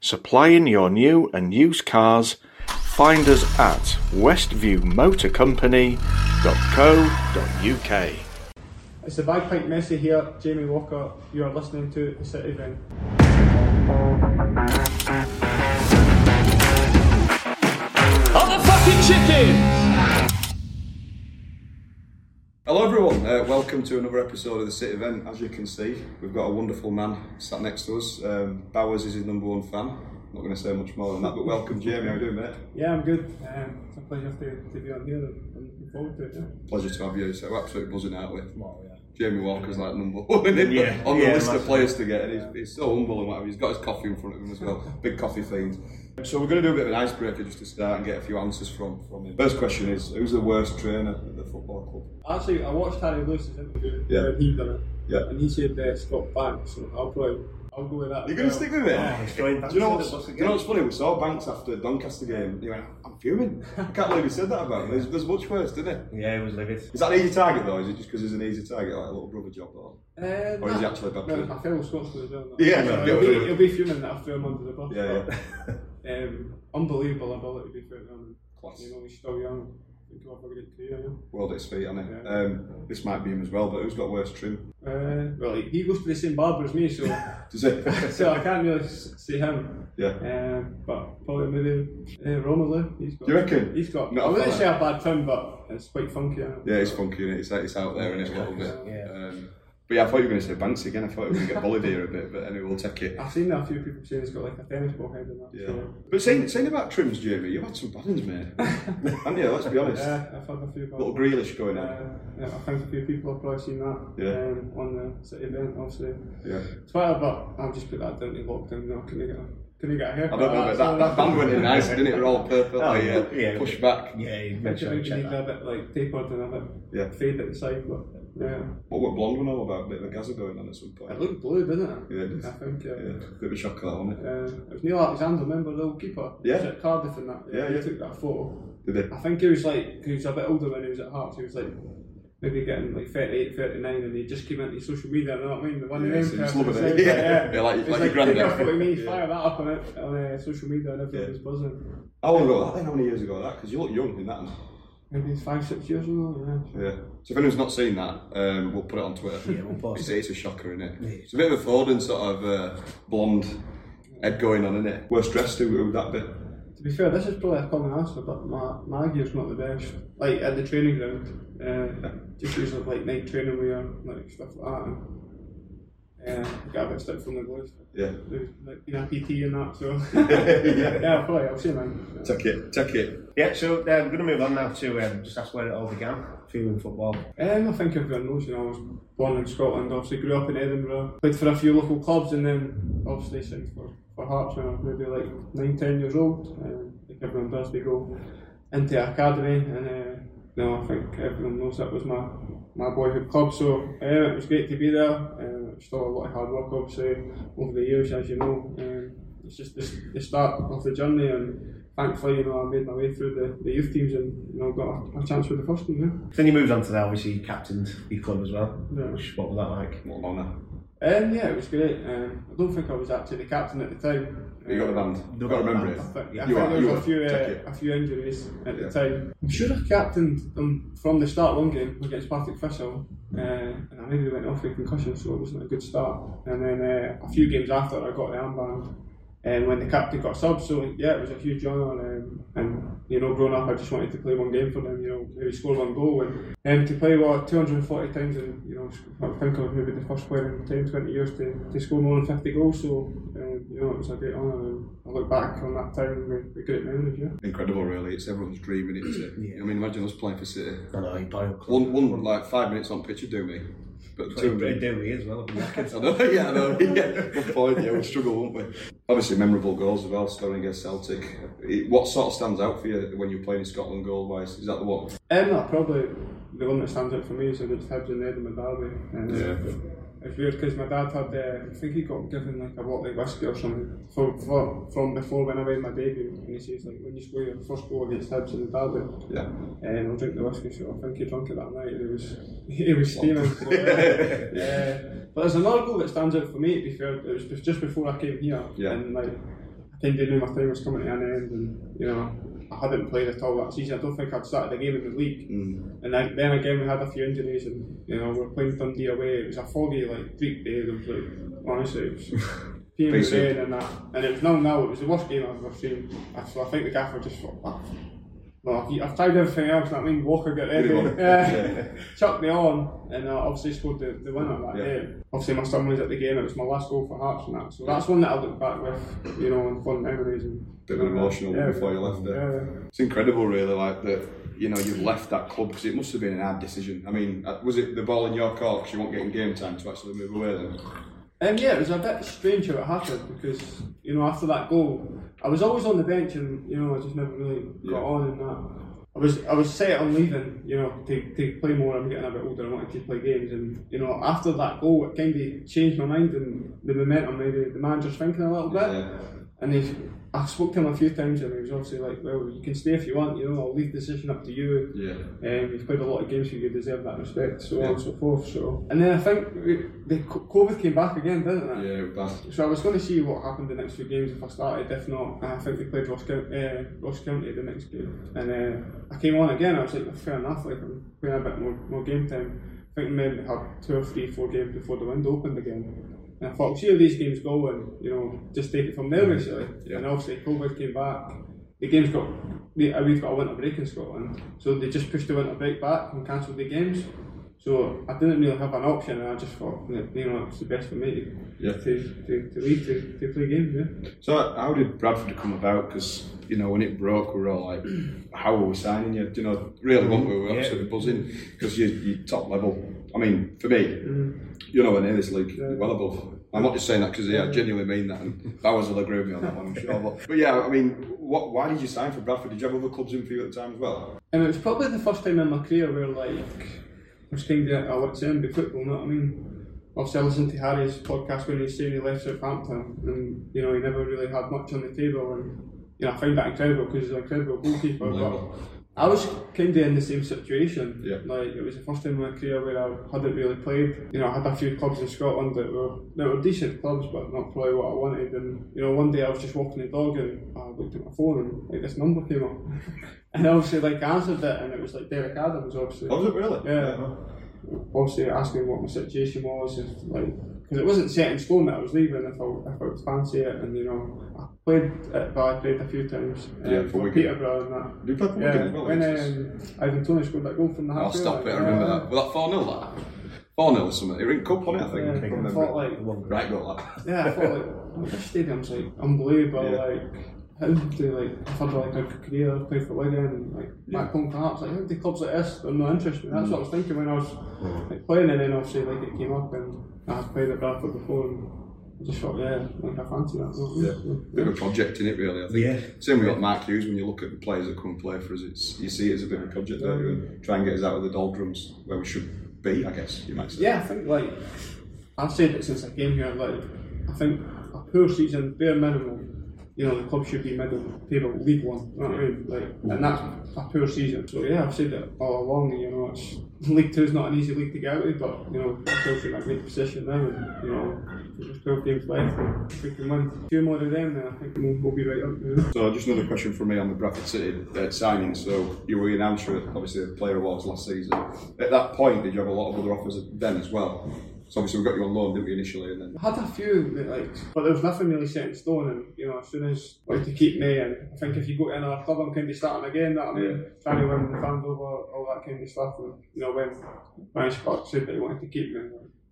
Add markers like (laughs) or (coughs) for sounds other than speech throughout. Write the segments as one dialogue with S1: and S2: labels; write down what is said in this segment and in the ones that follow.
S1: supplying your new and used cars. Find us at westviewmotorcompany.co.uk.
S2: It's the bagpipe Messi here, Jamie Walker. You are listening to the City Vent.
S3: Hello everyone, uh, welcome to another episode of the City Event. As you can see, we've got a wonderful man sat next to us. Um, Bowers is his number one fan. Not going to say much more than that, but welcome Jamie, how are you doing mate?
S2: Yeah, I'm good. Um, it's a pleasure to, to be on here. and I'm looking forward to it. Yeah.
S3: Pleasure to have you, so we're absolutely buzzing out with. Jamie Walker's like number one isn't he? on the list of players to get, and he's, he's so humble and whatever. He's got his coffee in front of him as well, big coffee fiend. So we're going to do a bit of an icebreaker just to start and get a few answers from, from him. First question is, who's the worst trainer at the football club?
S2: Actually, I watched Harry Lewis's interview
S3: Yeah.
S2: when he done it.
S3: Yeah.
S2: And he said uh, Scott Banks, so I'll probably I'll go with that.
S3: You're going to
S2: as well.
S3: stick with it? do you know what's, do you know what's funny? We saw Banks after Doncaster game. and He went, I'm fuming. I can't believe he said that about me. There's, there's much worse, didn't it?
S4: Yeah, it was livid.
S3: Is that an easy target though? Is it just because he's an easy target, like a little brother job or?
S2: Uh,
S3: Or is he
S2: nah.
S3: actually a bad
S2: No,
S3: player?
S2: my fellow Scotsman as well. no.
S3: Yeah,
S2: So
S3: no,
S2: he'll,
S3: yeah.
S2: be, he'll be fuming that I threw him under the bus. (laughs)
S3: Yeah, yeah.
S2: yeah. um, unbelievable ability to be fair. um,
S3: Class.
S2: You know, he's still young. He could have a great career. Yeah.
S3: World at his feet, and
S2: Yeah.
S3: um, this might be him as well. But who's got worse trim?
S2: Uh, well, he, he goes to the same barber as me, so
S3: (laughs) Does it?
S2: so I can't really s- see him.
S3: yeah.
S2: Um, but probably maybe uh, Romelu. He's got,
S3: Do you reckon?
S2: He's got. I
S3: Not a
S2: wouldn't
S3: fella.
S2: say a bad trim, but it's quite funky. isn't it?
S3: Yeah, it's funky, and it? it's it's out there in it a little bit. Um, but yeah, I thought you were going to say Banks again. I thought we were going to get bullied here a bit, but anyway, we'll take
S2: (laughs)
S3: it.
S2: I've seen a few people saying he's got like a tennis ball head and that.
S3: Yeah.
S2: So,
S3: But saying, saying about trims, Jamie, you've had some bad ones, mate. Haven't you? Let's be honest.
S2: yeah, I've had a few. bad
S3: little
S2: ones.
S3: Grealish going on.
S2: Uh, yeah, I think a few people have probably seen that
S3: Yeah.
S2: um, on the city event, obviously.
S3: Yeah.
S2: Twitter, but I'll just put that down to lockdown. No, can you get a, can you get a
S3: I
S2: haircut?
S3: don't know, but that, that band went in nice, didn't it? It were all purple,
S4: Oh,
S3: like, uh,
S4: yeah.
S3: push back.
S4: Yeah, you
S2: Make
S4: make
S2: sure
S4: sure you
S2: you
S4: check
S2: need a
S4: that.
S2: bit like tapered and a bit
S3: Yeah.
S2: fade at the side, but yeah.
S3: What were blonde one all about? A bit of a gazza going on at some point.
S2: It looked blue, didn't it?
S3: Yeah, it did.
S2: I think.
S3: yeah,
S2: Uh,
S3: a bit of a shock that, wasn't it?
S2: Uh, it was Neil Alexander, remember the old keeper?
S3: Yeah.
S2: He was at Cardiff and that.
S3: Yeah,
S2: he
S3: yeah.
S2: took that photo.
S3: Did it?
S2: I think he was like, he was a bit older when he was at Hearts. He was like, maybe getting like 38, 39, and he just came into social media, you know what I mean? The one of
S3: Yeah,
S2: them.
S3: so he's
S2: person
S3: loving it.
S2: said,
S3: (laughs) Yeah. Yeah, like-
S2: He's
S3: like your
S2: take
S3: granddad.
S2: a photo of me,
S3: Yeah.
S2: fire that up on, it, on uh, social media, and everything
S3: Yeah.
S2: was buzzing.
S3: How long ago was that then? How many years ago was that? Because you look young in that.
S2: Maybe it's five, six years ago, yeah.
S3: Yeah. So if anyone's not seen that, um, we'll put it on Twitter.
S4: Yeah, we'll post
S3: it's, it's a shocker, isn't it? It's a bit of a Foden sort of uh, blonde head going on, isn't it? Worst dressed, who who would that be?
S2: To be fair, this is probably a common answer, but my, my gear's not the best. Like at the training ground, uh, just use of like night training wear, like stuff like that. And, uh, got a bit stuck from the boys.
S3: Yeah. (laughs)
S2: There's, Like, you know, PT and that, so. (laughs) yeah. yeah, probably, I'll say mine.
S3: Take it, take it.
S4: Yeah, so uh, we're going to move on now to um, just ask where it all began for you in football.
S2: Um, I think everyone knows, you know, I was born in Scotland, obviously grew up in Edinburgh, played for a few local clubs and then obviously signed for, for Hearts when I was maybe like nine, ten years old. Um, I think everyone does, they go into academy and uh, no, I think everyone knows that was my, my boyhood club, so uh, Eh, it was great to be there. Um, it's still a lot of hard work obviously over the years, as you know. Um, you it's just the, the start of the journey. And thankfully, you know, I made my way through the, the youth teams and you know got a, a chance with the first team.
S4: Then you moved on to that, obviously, you captained your club as well.
S2: Yeah.
S4: Which- What was that like?
S3: What an honour.
S2: yeah. Um, yeah, it was great. Um, I don't think I was actually the captain at the time.
S3: You got the band. You've got to remember it.
S2: I think, I
S3: You
S2: think
S3: are,
S2: there
S3: you
S2: was
S3: are.
S2: a few
S3: Take it.
S2: uh, a few injuries at
S3: Yeah.
S2: the time. I'm sure I captained them from the start one game against Partick Thistle, uh, and I maybe went off with concussion, so it wasn't a good start. And then uh, a few games after, I got the armband. And when the captain got subbed, so yeah, it was a huge honour. Um, and you know, growing up, I just wanted to play one game for them. You know, maybe score one goal, and um, to play what 240 times, and you know, I think I was maybe the first player in 10, 20 years to, to score more than 50 goals. So um, you know, it was a great honour. And I look back on that time with, with great memories. Yeah.
S3: Incredible, really. It's everyone's dream, isn't it? isn't it? You know, I mean, imagine us playing for City.
S4: I know, you buy a club.
S3: One, one like five minutes on pitch would do me, but two
S4: It'd
S3: minutes.
S4: do me as well.
S3: (laughs) I know, yeah, I know. Yeah, good point. Yeah, we struggle, won't we? Obviously, memorable goals as well. Scoring against Celtic. It- What sort of stands out for you when you're playing in Scotland goal-wise? Is that the one?
S2: Um, no, probably the one that stands out for me is against Hibs in the Edinburgh Derby. And, uh, It's weird because my dad had, uh, I think he got given like a bottle of whiskey or something for, for, from before when I made my debut. And he says, like, when you score your first goal against Hibs in the Derby, (laughs)
S3: Yeah. (laughs)
S2: and I'll drink the whiskey. So I think he drank it that night. And he was, (laughs) he was steaming. So,
S3: Oh. (laughs)
S2: uh, yeah. But there's another goal that stands out for me, to be fair. It was just before I came here.
S3: Yeah.
S2: And like, I think they knew my time was coming to an end, and you know, I hadn't played at all that season. I don't think I'd started a game in the league. Mm. And then, then again, we had a few injuries, and you know, we were playing Dundee away. It was a foggy, like Greek day. There was like, honestly, it was PM
S3: Basic.
S2: rain and that, and it was now now. It was the worst game I've ever seen. So I think the gaffer just thought, "Ah, no, I've, I've tried everything else. and I mean, Walker got ready,
S3: Really well.
S2: (laughs) yeah. chucked me on, and uh, obviously scored the, the winner that
S3: Yeah.
S2: day. Obviously, my son was at the game. It was my last goal for Hearts and that. So that's one that I look back with, you know, and fond memories. And,
S3: Bit of an emotional one before you left there.
S2: Yeah.
S3: It's incredible, really. Like that. You know, you've left that club because it must have been an hard decision. I mean, uh, was it the ball in your court 'cause you weren't getting game time to actually move away then?
S2: Um, yeah, it was a bit strange how it happened because you know after that goal, I was always on the bench and you know I just never really got
S3: Yeah.
S2: on in that. I was I was set on leaving, you know, to, to play more. I'm getting a bit older. I wanted to play games, and you know after that goal, it kind of changed my mind and the momentum. Maybe the manager's thinking a little bit.
S3: Yeah.
S2: And he, I spoke to him a few times, and he was obviously like, "Well, you can stay if you want. You know, I'll leave the decision up to you.
S3: Yeah.
S2: Um, you've played a lot of games, so you deserve that respect, so on and so forth. So, and then I think we, the co- COVID came back again, didn't it?
S3: Yeah, it was bad.
S2: So I was going to see what happened the next few games if I started. If not, I think we played Ross County, uh, Ross County the next game, and uh, I came on again. I was like, fair enough. Like I'm playing a bit more, more game time. I think maybe had two or three, four games before the window opened again. And I thought, see how these games go, and you know, just take it from there basically.
S3: Yeah.
S2: And obviously, COVID came back. The game's got we, uh, we've got a winter break in Scotland, so they just pushed the winter break back and cancelled the games. So I didn't really have an option, and I just thought, you know, it's the best for me to
S3: Yeah.
S2: to, to, to leave to, to play games. Yeah.
S3: So how did Bradford come about? Because you know when it broke, we were all like, (clears throat) "How are we signing you?" Do You know, really, weren't we? We
S2: Mm-hmm.
S3: were absolutely buzzing because you you top level. I mean, for me,
S2: Mm-hmm.
S3: you're nowhere near this league. You're well above. I'm not just saying that because yeah, I genuinely mean that, and Bowers will agree with me on that one, I'm sure. But, but yeah, I mean, what? Why did you sign for Bradford? Did you have other clubs in for you at the time as well?
S2: And it was probably the first time in my career where like I was kind of I went to NBA football. You know what I mean? Obviously, I listened to Harry's podcast when he was saying he left Southampton, and you know he never really had much on the table, and you know I find that incredible because he's an incredible goalkeeper.
S3: Unbelievable.
S2: But I was kind of in the same situation.
S3: Yeah.
S2: Like it was the first time in my career where I hadn't really played. You know, I had a few clubs in Scotland that were that were decent clubs, but not probably what I wanted. And you know, one day I was just walking the dog and I looked at my phone and like this number came up, (laughs) and obviously like I answered it and it was like Derek Adams, obviously.
S3: Oh, was it really?
S2: Yeah. Obviously, asking what my situation was, if like, because it wasn't set in stone that I was leaving. If I, if I would fancy it, and you know, I played at Valley played a few times. um,
S3: Yeah, for
S2: for
S3: Wigan.
S2: Peterborough and that.
S3: Did you play for
S2: Yeah,
S3: Wigan as well?
S2: when
S3: Yes.
S2: um, Ivan Tony scored that goal from the half.
S3: I'll stop it. I
S2: field,
S3: remember
S2: yeah.
S3: that. Well, that four 0 that. Four 0 or something. It went cup on it, I think.
S2: Yeah,
S3: if I remember.
S2: thought, like-
S3: right goal (laughs) that.
S2: Yeah, I thought like oh, this stadium's like unbelievable.
S3: Yeah.
S2: Like how do like I've had like a career played for Wigan and like back home perhaps like how do clubs like this they're not interested. That's what I was thinking when I was like playing and then obviously like it came up and I had played at Bradford before and I just thought yeah like I fancy that. So,
S3: bit of a project in it, really. I think.
S4: Yeah.
S3: Same with like Mark Hughes. When you look at the players that come and play for us, it's you see it as a bit of a project. Don't you? And try and get us out of the doldrums where we should be. I guess you might say.
S2: Yeah, I think like I've said it since I came here. Like I think a poor season, bare minimum, you know, the club should be middle of the table, League One. You know what I mean? Like, and that's a poor season. So yeah, I've said it all along. You know, it's (laughs) League Two is not an easy league to get out of, but you know, Chelsea in a great position now, and you know, there's 12 games left. and If we can win two more of them, then I think we'll, we'll be right up there.
S3: So just another question from me on the Bradford City uh, signing. So you were announced for obviously the player awards last season. At that point, did you have a lot of other offers then as well? So obviously we got you on loan, didn't we initially? And then
S2: I had a few that like, but there was nothing really set in stone. And you know, as soon as like to keep me, and I think if you go to another club, I'm kind of starting again. That I mean,
S3: Yeah.
S2: trying to win the fans over, all that kind of stuff. And you know, when my Scott said that he wanted to keep me,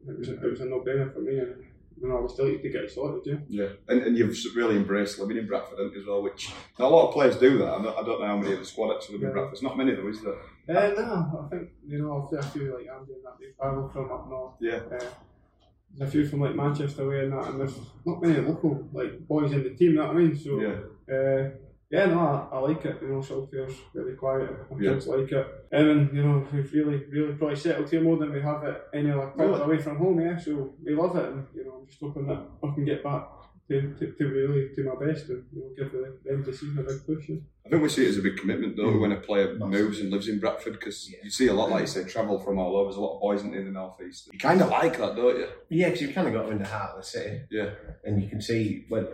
S2: it was a, it was a no-brainer for me. And you know, I was delighted to get it sorted. Yeah.
S3: yeah, and, and you've really embraced living in Bradford haven't you, as well, which now a lot of players do that. I'm not, I don't know how many of the squad actually live in
S2: Yeah.
S3: Bradford. It's not many though, is there?
S2: Uh, no, I think you know I've got a few like Andy and that they travel from up north.
S3: Yeah.
S2: Uh, there's a few from like Manchester way and that, and there's not many local like boys in the team. You know what I mean? So
S3: Yeah.
S2: Uh, yeah, no, I, I like it. You know, Saltfield's really quiet. I
S3: Yeah.
S2: just like it. And then, you know, we've really, really probably settled here more than we have at any other club
S3: Really?
S2: away from home. Yeah, so we love it. And you know, I'm just hoping that I can get back to, to, to really do my best and you know give the, them the season a big push. Yeah.
S3: I think we see it as a big commitment though
S2: Mm.
S3: when a player moves and lives in Bradford because you see a lot, like you say, travel from all over. There's a lot of boys isn't there, in the northeast. You kind of like that, don't you?
S4: Yeah, because you've kind of got them in the heart of the city,
S3: Yeah,
S4: and you can see when.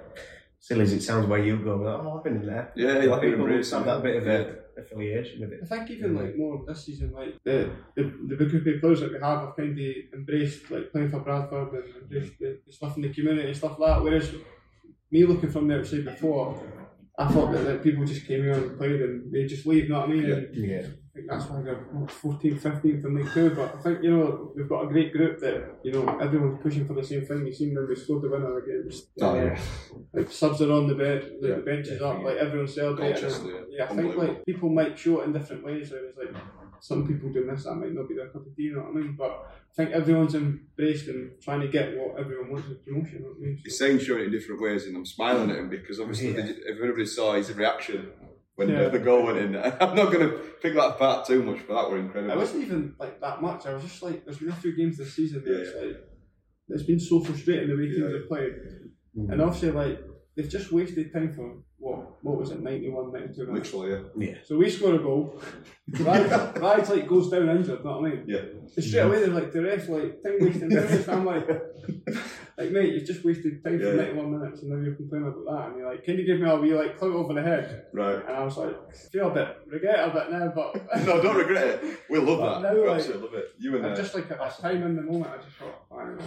S4: Still, as it sounds, where you go, like, oh, I've been in there.
S3: Yeah, you like it,
S4: People
S3: embrace
S4: have
S3: it.
S4: that bit of
S3: Yeah.
S4: a affiliation with it.
S2: I think even like more this season, like the the, the group of players that we have have kind of embraced like playing for Bradford and embraced the, the stuff in the community and stuff like that. Whereas me looking from the outside before, I thought that like, people just came here and played and they just leave. You know what I mean? And
S4: Yeah.
S2: I think that's why they're what, 14th, 15th in League Two. But I think you know we've got a great group that you know everyone's pushing for the same thing. You seen when we scored the winner against.
S3: Oh, yeah.
S2: Like subs are on the bench, like,
S3: Yeah.
S2: the benches up, like everyone's celebrating.
S3: Colchester,
S2: And,
S3: yeah.
S2: yeah, I think
S3: Unbelievable.
S2: like people might show it in different ways. Whereas like some people doing this, that might not be their cup of tea. You know what I mean? But I think everyone's embraced and trying to get what everyone wants with promotion. You know what I mean?
S3: He's saying showing it in different ways, and I'm smiling at him because obviously
S4: Yeah.
S3: did- everybody saw his reaction when
S2: Yeah.
S3: the goal went in. (laughs) I'm not going to pick that apart too much, but that were incredible.
S2: I wasn't even like that much. I was just like, there's been a few games this season that it's
S3: Yeah.
S2: like it's been so frustrating the way teams
S3: Yeah.
S2: have played, and obviously like they've just wasted time for what what was it 91, 92 minutes.
S3: Literally, yeah.
S2: So we score a
S3: (laughs)
S2: goal. Rag, Rag's like goes down injured, know what I mean?
S3: Yeah.
S2: And straight away they're like the ref like time wasting
S3: (laughs)
S2: minutes. I'm like like mate, you've just wasted time
S3: Yeah.
S2: for ninety one minutes and now you're complaining about that and you're like, Can you give me a wee like clout over the head?
S3: Right. (laughs)
S2: And I was like, feel a bit regret it a bit now but (laughs)
S3: No, don't regret it. We love that.
S2: No,
S3: we
S2: like-
S3: absolutely love it. You and
S2: I'm
S3: uh,
S2: just like at that time in the moment I just thought, I don't know.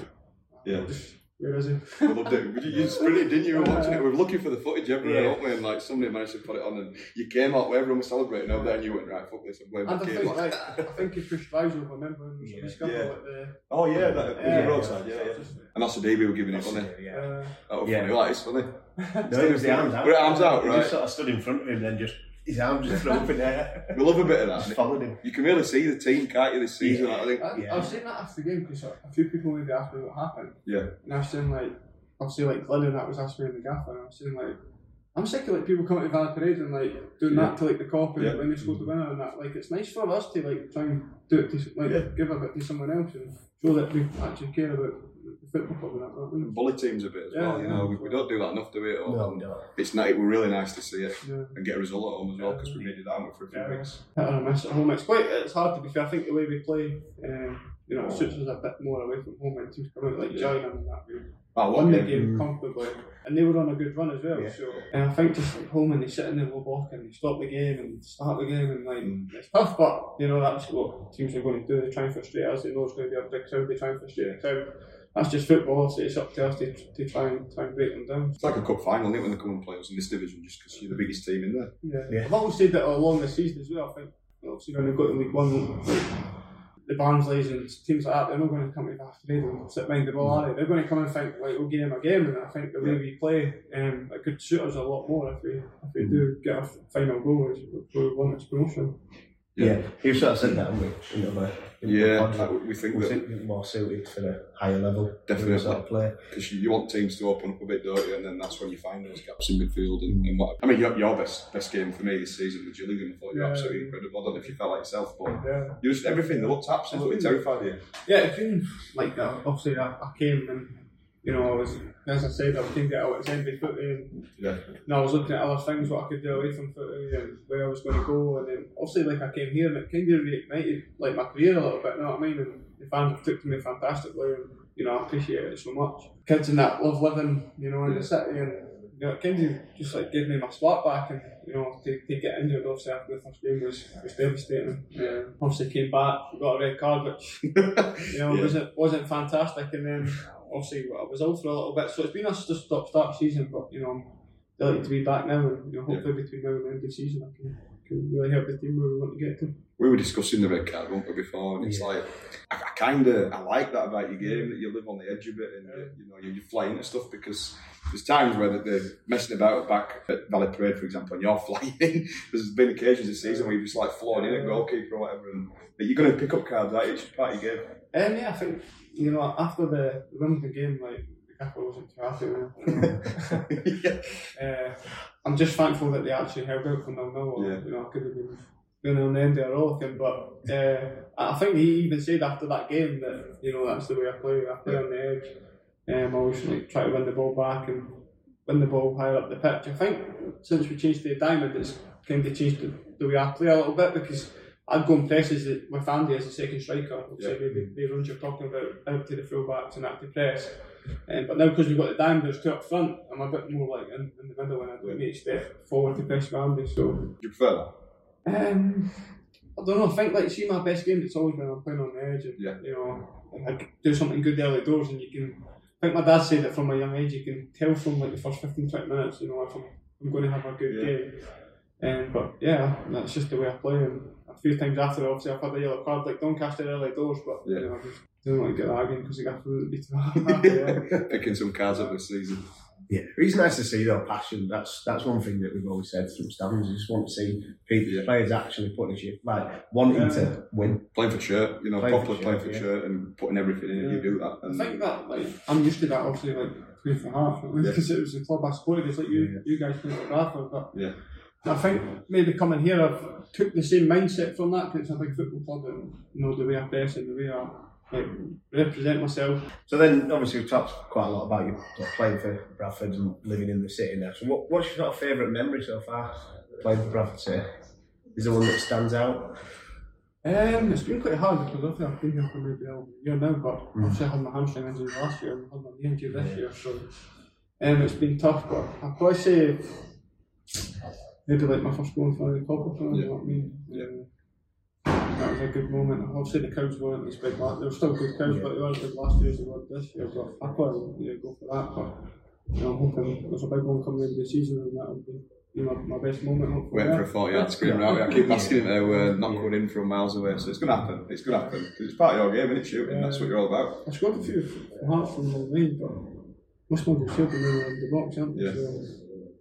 S3: Yeah.
S2: Just, where is he? (laughs)
S3: we loved it. You, you sprinted, didn't you? We were watching it. We were looking for the footage everywhere, weren't we? And like somebody managed to put it on, and you came out where everyone was celebrating over there, and you went right, fuck this, I'm going
S2: And
S3: back
S2: I
S3: in.
S2: think like I think he pushed Rice over, remember when we discovered
S3: Yeah.
S2: like the
S3: (laughs) oh yeah, that it was
S2: Yeah.
S3: a roadside, yeah, yeah. And that's the day we were giving it, wasn't it?
S4: Yeah.
S2: uh,
S3: That was
S4: Yeah.
S3: funny. Like it's funny.
S4: No, it was the arms out.
S3: Were it arms out,
S4: He
S3: right?
S4: just sort of stood in front of him, then
S3: (laughs)
S4: just his arms just thrown up in the air.
S3: We love a bit of
S4: Just
S3: that.
S4: followed him.
S3: You can really see the team, can't you, this season?
S4: Yeah.
S3: I think.
S2: I,
S4: Yeah.
S2: I was saying that after the game because a few people maybe asked me what happened.
S3: Yeah.
S2: And I was saying like, obviously like Glennon that was asking me in the gaffer, and I was saying like, I'm sick of like people coming to Van Parade and like doing that to like the cop and
S3: Yeah.
S2: when they scored the winner and that. Like it's nice for us to like try and do it to like
S3: Yeah.
S2: give a bit to someone else and show that we actually care about the football club and that. don't we?
S3: bully teams a bit as
S2: Yeah,
S3: well. You
S2: yeah.
S3: know, Oh, we, we don't do that enough, do we? At all?
S4: No, we don't.
S3: It's nice. It were really nice to see it
S2: Yeah.
S3: and get a result at home as well because we needed that haven't we, for a few
S2: Yeah.
S3: weeks.
S2: Hit or miss at home. It's quite it's hard to be fair. I think the way we play, um, you know, it suits us a bit more away from home when teams come out like Giant and that. We,
S3: Oh, what
S2: won the
S3: game.
S2: game comfortably, and they were on a good run as well. So, and I think just like home and they sit in their low block and they stop the game and start the game and like it's tough, but you know that's what teams are going to do. They try and frustrate us. They know it's going to be a big crowd. They try and frustrate the crowd. That's just football. So it's up to us to, to try and try and break them down.
S3: It's like a cup final, isn't it, when they come and play us in this division just because you're the biggest team in there.
S2: Yeah.
S4: Yeah.
S2: I've always said that along the season as well. I think obviously when they've got to League One, like, the Barnsleys and teams like that, they're not going to come to Bath and sit behind the ball, are they? They're going to come and think like we'll game a game, and I think the way we play, um, it could suit us a lot more if we if we do get a final goal, which we won this promotion.
S4: Yeah. You've sort of said that, haven't we? In other, in other
S3: Yeah,
S4: pods.
S3: like, we- we think
S4: we
S3: that-
S4: think we're more suited for the higher level.
S3: Definitely.
S4: Sort of play.
S3: Because you, you want teams to open up a bit, don't you? And then that's when you find those gaps in midfield and, and what. I mean, your, your best best game for me this season was Gillingham. I thought you were
S2: Yeah.
S3: absolutely incredible. I don't know if you felt like yourself, but
S2: Yeah.
S3: you just everything. They looked absolutely terrified of you.
S2: Yeah, it been like uh, obviously I, I came and you know, I was, as I said, I couldn't get out of Zenby footy and,
S3: Yeah.
S2: and I was looking at other things, what I could do away from footy and where I was going to go. And then obviously, like, I came here and it kind of reignited like my career a little bit, you know what I mean? And the fans have took to me fantastically and, you know, I appreciate it so much. Kids and that love living, you know, in the city and, you know, it kind of just like gave me my spot back and, you know, to, to get injured obviously after the first game was, was devastating. Yeah. Obviously came back, got a red card which (laughs) you know, wasn't wasn't fantastic. And then obviously I was out for a little bit, so it's been a just stop start season. But you know, I'm delighted to be back now, and you know, hopefully between now and the end of the season, I can, can really help the team where we want to get to.
S3: we were discussing the red card, weren't we, before? And it's like, I, I kind of I like that about your game that you live on the edge of it and that, you know you, you fly into stuff because there's times where they- they're messing about back at Valley Parade, for example, and you're (laughs) flying. in. there's been occasions this season where you've just like flown in a goalkeeper or whatever, and that you're going to pick up cards out each part of your game.
S2: Um, yeah, I think you know after the the Wimbledon game, like the gaffer wasn't too happy with me. uh, I'm just thankful that they actually held out for nil nil.
S3: Yeah.
S2: You know, I could have been going on the end of a rollicking, but uh, I think he even said after that game that you know that's the way I play. I play on the edge. Um, I always like, try to win the ball back and win the ball higher up the pitch. I think since we changed to the diamond, it's kind of changed the, the way I play a little bit because I'd go and press as the, with Andy as a second striker. So
S3: Yeah.
S2: maybe the runs you're talking about out to the fullbacks and that to press. Um, but now because we've got the diamond, there's two up front. I'm a bit more like in, in the middle and I don't need to step forward to press with Andy. So.
S3: Do you prefer that?
S2: Um, I don't know. I think like see my best game. It's always when I'm playing on the edge, and
S3: Yeah.
S2: you know, I c- do something good early doors, and you can. I think my dad said that from a young age, you can tell from like the first 15, 20 minutes, you know, if I'm, I'm going to have a good
S3: Yeah.
S2: game. Um, but yeah, that's just the way I play. And a few times after, obviously, I've had a yellow card like Doncaster early doors, but
S3: Yeah.
S2: you know, I just didn't want to get that again because the guy wouldn't be too happy. yeah.
S3: (laughs) Picking some cards up this season.
S4: Yeah, it's nice to see though passion. That's that's one thing that we've always said from Stamford. We just want to see people,
S3: Yeah.
S4: players actually putting a shift, like wanting to win.
S3: Playing for shirt, you know,
S4: Playing for
S3: properly
S4: shirt,
S3: playing for
S4: yeah.
S3: shirt and putting everything in. if You do that.
S2: I
S3: And
S2: think that like I'm used to that obviously like playing for Hartford (laughs)
S3: Yeah.
S2: because it was the club I supported. It's like you you guys played for Hartford, but
S3: yeah,
S2: I think maybe coming here I've took the same mindset from that because it's a big football club and you know the way I dress and the way I like, represent myself.
S4: So then, obviously, we've talked quite a lot about you like, playing for Bradford and living in the city now. So, what, what's your sort of favourite memory so far playing for Bradford City? Is there one that stands out?
S2: Um, it's been quite hard because obviously I've been here for maybe a year now, but obviously I had my hamstring injury last year and I had my knee injury this year, so um, it's been tough. But I'd probably say maybe like my first goal in front of the top or something. You know what I mean? Um, that was a good moment. Obviously the crowds weren't as big last. They were still good crowds, but they weren't as big last year as they were this year. But I probably wouldn't really go for that. But you know, I'm hoping there's a big one coming into the season and that'll be. You know, my best moment. Hopefully,
S3: waiting for a
S2: Yeah.
S3: 40 yard screamer out. I keep asking him to uh, knock one in from miles away, so it's going to happen. It's going to happen because it's part of your game, isn't it? Shooting, that's what you're all about.
S2: I scored a few hearts from the lane, but most of them killed them in the box, haven't they?
S3: Yeah.
S2: So,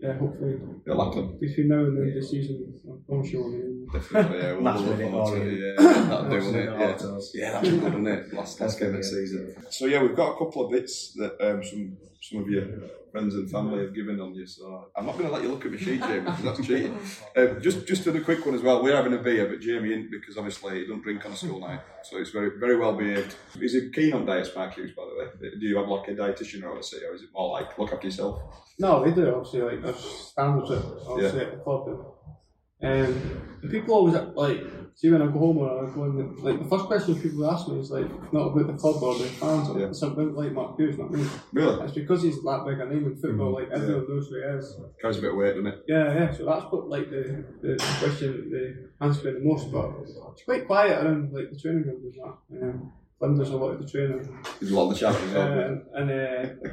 S2: yeah, hopefully.
S3: It'll happen.
S2: Between now and the end of the season, I'm not sure. what it is.
S3: Definitely, yeah. We'll
S4: Last
S3: look
S4: minute
S3: forward to
S4: order.
S3: it, Yeah, that'll do,
S4: Last
S3: won't it?
S4: minute
S3: Yeah.
S4: orders.
S3: yeah, that'll be good, won't it? Last, last game of the season. So yeah, we've got a couple of bits that um, some some of your friends and family have given on you. So I'm not going to let you look at my sheet, Jamie, because that's cheating. Um, just just another quick one as well. We're having a beer, but Jamie isn't because obviously he doesn't drink on a school night, so it's very very well behaved. Is it keen on diet Mark Hughes, by the way? Do you have like a dietitian or obviously, or is it more like look after yourself?
S2: No, they do, obviously. Like, there's standards that, obviously, at the club. And, um, the people always, like, see when I go home or I go in, the, like, the first question people ask me is, like, not about the club or the fans, or
S3: Yeah.
S2: it's about, like, Mark Hughes, not me.
S3: Really?
S2: It's because he's that big a name in football, like, everyone knows who he is.
S3: Carries a bit of weight, doesn't it?
S2: Yeah, yeah. So that's what like the, the question that they answer me the most. But it's quite quiet around like the training ground and that. Um, Linda's a lot of the training,
S3: There's a lot of the chat as well.
S2: uh, and uh,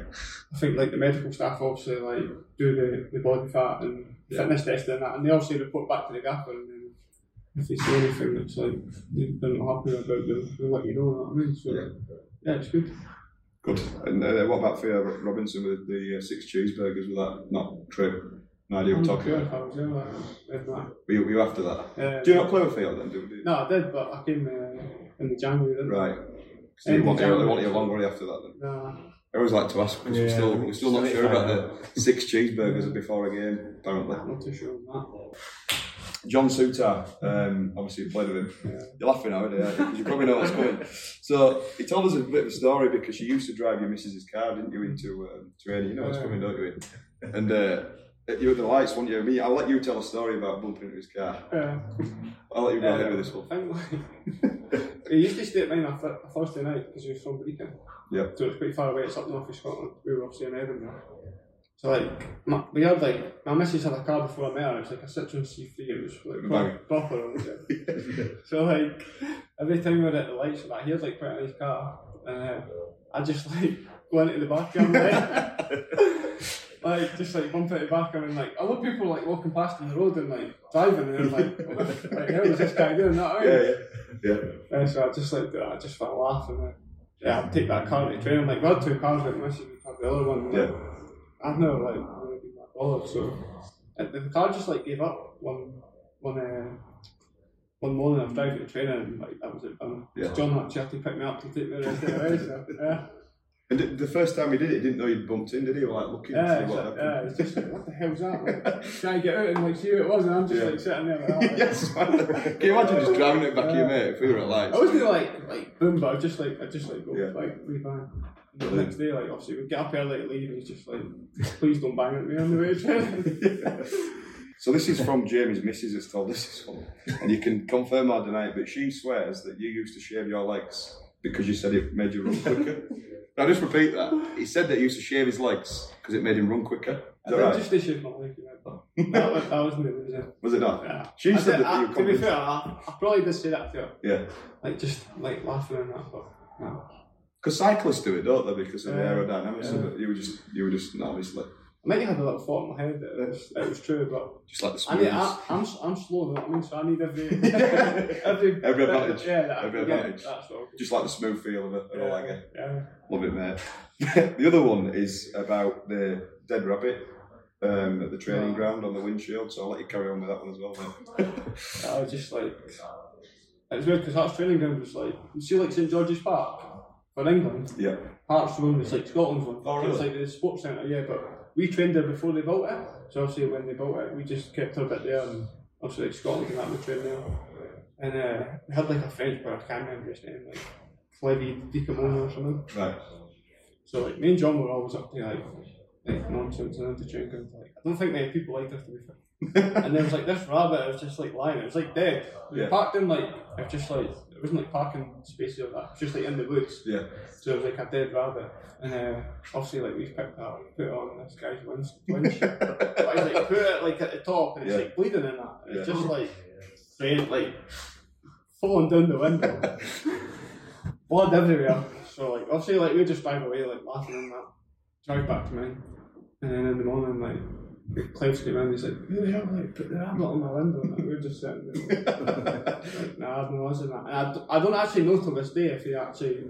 S2: I think like the medical staff obviously like do the, the body fat and
S3: Yeah.
S2: fitness testing and that, and they obviously report back to the gaffer. And then if they see anything that's like they- they're not happy about, they'll, they'll let you know. you know What I mean, so
S3: Yeah.
S2: yeah it's good.
S3: Good. And uh, what about for you, Robinson, with the uh, six cheeseburgers? Was that not true? No idea what we're talking
S2: Good,
S3: about.
S2: I was, yeah, like, in that.
S3: Were you, were you after that?
S2: Yeah.
S3: Do you not play with Theo then? Do, do,
S2: Uh, No, I did, but I came uh, in the January. Didn't I?
S3: Right. So you
S2: Andy
S3: want, you
S2: Jack-
S3: want your long run after that then?
S2: Nah.
S3: I always like to ask because we're,
S4: Yeah.
S3: still, we're still not
S4: Still
S3: sure
S4: find
S3: about the six cheeseburgers before a game, apparently.
S2: not too sure on that.
S3: John Suter, um, obviously you played with him. You're laughing now, aren't you? Because you probably know what's coming. So he told us a bit of a story because you used to drive your missus's car, didn't you, into um, training? You know what's coming, don't you? Ian? And uh, you were at the lights, weren't you? Me, I'll let you tell a story about bumping into his car.
S2: Yeah.
S3: I'll let you go ahead with this one. (laughs)
S2: I think like, he used to stay at mine on th- Thursday night because he was from Brecon.
S3: Yeah.
S2: So it's quite far away, it's up north of Scotland. We were obviously in Edinburgh. So like, my, we had like, my missus had a car before I met her, it was like a Citroen C3, it was like
S3: Bang.
S2: proper, proper old,
S3: (laughs)
S2: yeah. So like, every time we were at the lights and that, he had like quite a nice car. And uh, I just (laughs) like, went into the back of him
S3: (laughs)
S2: like, like, just like bump out the back of him and like, I look people like walking past on the road and like, driving and they're like, what the like, hell is this guy doing that?
S3: Yeah, yeah, yeah.
S2: And so I just like do that, I just felt laugh and then yeah, I'd take that car to the train. I'm like, we had two cars like this, you have the other one.
S3: Yeah.
S2: I've never like really been that bothered, so and the car just like gave up one one uh, one morning I was driving to the train and like that was it. Um,
S3: Yeah.
S2: John actually had to pick me up to take me around
S3: (laughs)
S2: the way, so yeah.
S3: And th- the first time he did it, he didn't know you'd bumped in, did he? Or, Like looking
S2: Yeah,
S3: to see
S2: it's
S3: what
S2: like, yeah,
S3: happened.
S2: it's just like, what the hell's that? Like, trying to get out and like see who it was, and I'm just
S3: Yeah.
S2: like sitting there
S3: (laughs)
S2: like, oh, that, like
S3: (laughs) yes, man. Can you imagine just driving it back to your mate if we were at lights?
S2: I wasn't like like boom, but I just like I just like go
S3: Yeah.
S2: like we bang. And The next day, like obviously we get up early, and leave, and he's just like, please don't bang at me on the way to
S3: (laughs)
S2: train.
S3: So this is from Jamie's missus has told us this one. And you can confirm or deny it, but she swears that you used to shave your legs because you said it made you
S2: (laughs)
S3: run quicker. now just repeat that. He said that he used to shave his legs because it made him run quicker. Is that
S2: I
S3: right?
S2: just issued my life. You know? that was that was me losing.
S3: Was it not?
S2: Yeah.
S3: She
S2: I
S3: said
S2: did-
S3: that
S2: I-
S3: you
S2: to be
S3: convinced-
S2: fair, I, I probably did say that to her,
S3: Yeah.
S2: like just like laughing and that. But, no.
S3: Because cyclists do it, don't they? Because of the
S2: Yeah.
S3: aerodynamics of it. You were just you were just no, obviously
S2: I might have had a little thought in my head that it was, that it was true, but
S3: just like the
S2: I
S3: smoothness.
S2: mean, I, I'm s- I'm slow. You know what I mean, so I need
S3: (laughs)
S2: every every
S3: Every advantage.
S2: Yeah, that I
S3: Every
S2: can get,
S3: advantage.
S2: That's all.
S3: Just like the smooth feel of it and all that again.
S2: Yeah.
S3: Love it, mate. (laughs) the other one is about the dead rabbit um, at the training ground on the windshield. So I'll let you carry on with that one as well, mate.
S2: I was just like, it was weird because Hearts training ground was like, you see like St George's Park for England,
S3: yeah.
S2: Hearts one was like Scotland's one.
S3: Oh,
S2: So It's
S3: really?
S2: like the sports centre, yeah, but we trained there before they built it. So obviously when they built it, we just kept her a bit there and obviously like Scotland and that we trained there. And uh, we had like a French player, I can't remember his name, like Clevy Decamona or something.
S3: Right.
S2: So like me and John were always up to like, like nonsense and anti drink and like I don't think many people liked us to be
S3: (laughs)
S2: fair. and there was like this rabbit, it was just like lying, it was like dead. It was
S3: Yeah.
S2: parked in like it was just like it wasn't like parking spaces or that, it was just like in the woods.
S3: Yeah.
S2: So it was like a dead rabbit. And uh, obviously like we picked that up and put it on this guy's winch winch.
S3: (laughs)
S2: but I was like put it like at the top and it's
S3: Yeah.
S2: like bleeding and that. And It's
S3: Yeah.
S2: just like straight like falling down the window
S3: (laughs)
S2: blood everywhere. So like obviously like we just drive away like laughing and that. Drive back to mine. And then in the morning like Clive's came in and he's like, Who the hell like put the rabbit on my window and we were just sitting
S3: (laughs)
S2: there like, like nah, I've been watching that. And I, d- I don't actually know till this day if he actually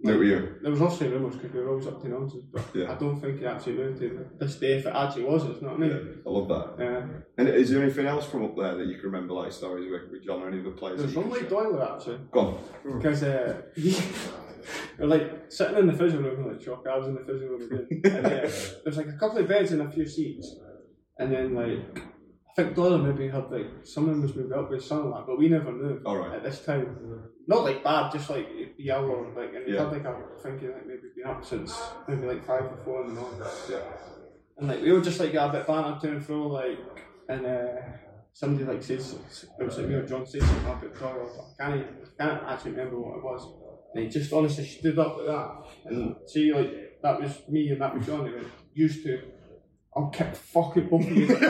S3: No, were you?
S2: there was obviously rumours because we were always up to nonsense, but
S3: Yeah.
S2: I don't think he actually knew to this day if it actually was, it's not me.
S3: Yeah. I love that.
S2: Yeah.
S3: And is there anything else from up there that you can remember, like stories with, with John or any other players?
S2: There's
S3: that you
S2: one
S3: can
S2: like
S3: share?
S2: Doyle actually.
S3: Go on.
S2: Because uh, he, we're, (laughs) like sitting in the physio room, like shock. I was in the physio room again. And, uh, there's like a couple of beds and a few seats, and then like I think Dollar maybe had like someone was moved up with something like, that, but we never knew.
S3: All right.
S2: At this time, not like bad, just like it'd be hour like, and he
S3: Yeah.
S2: had like a thinking like maybe been up since maybe like five or four in the morning. And like we were just like a bit bantered to and fro, like and uh, somebody like says it was like me or John says something up at Doyle, but I can't even- can't actually remember what it was. And he just honestly stood up like that and see like that was me and that was John. He went, used to. I'll kick fucking both of you.
S3: (laughs)
S2: and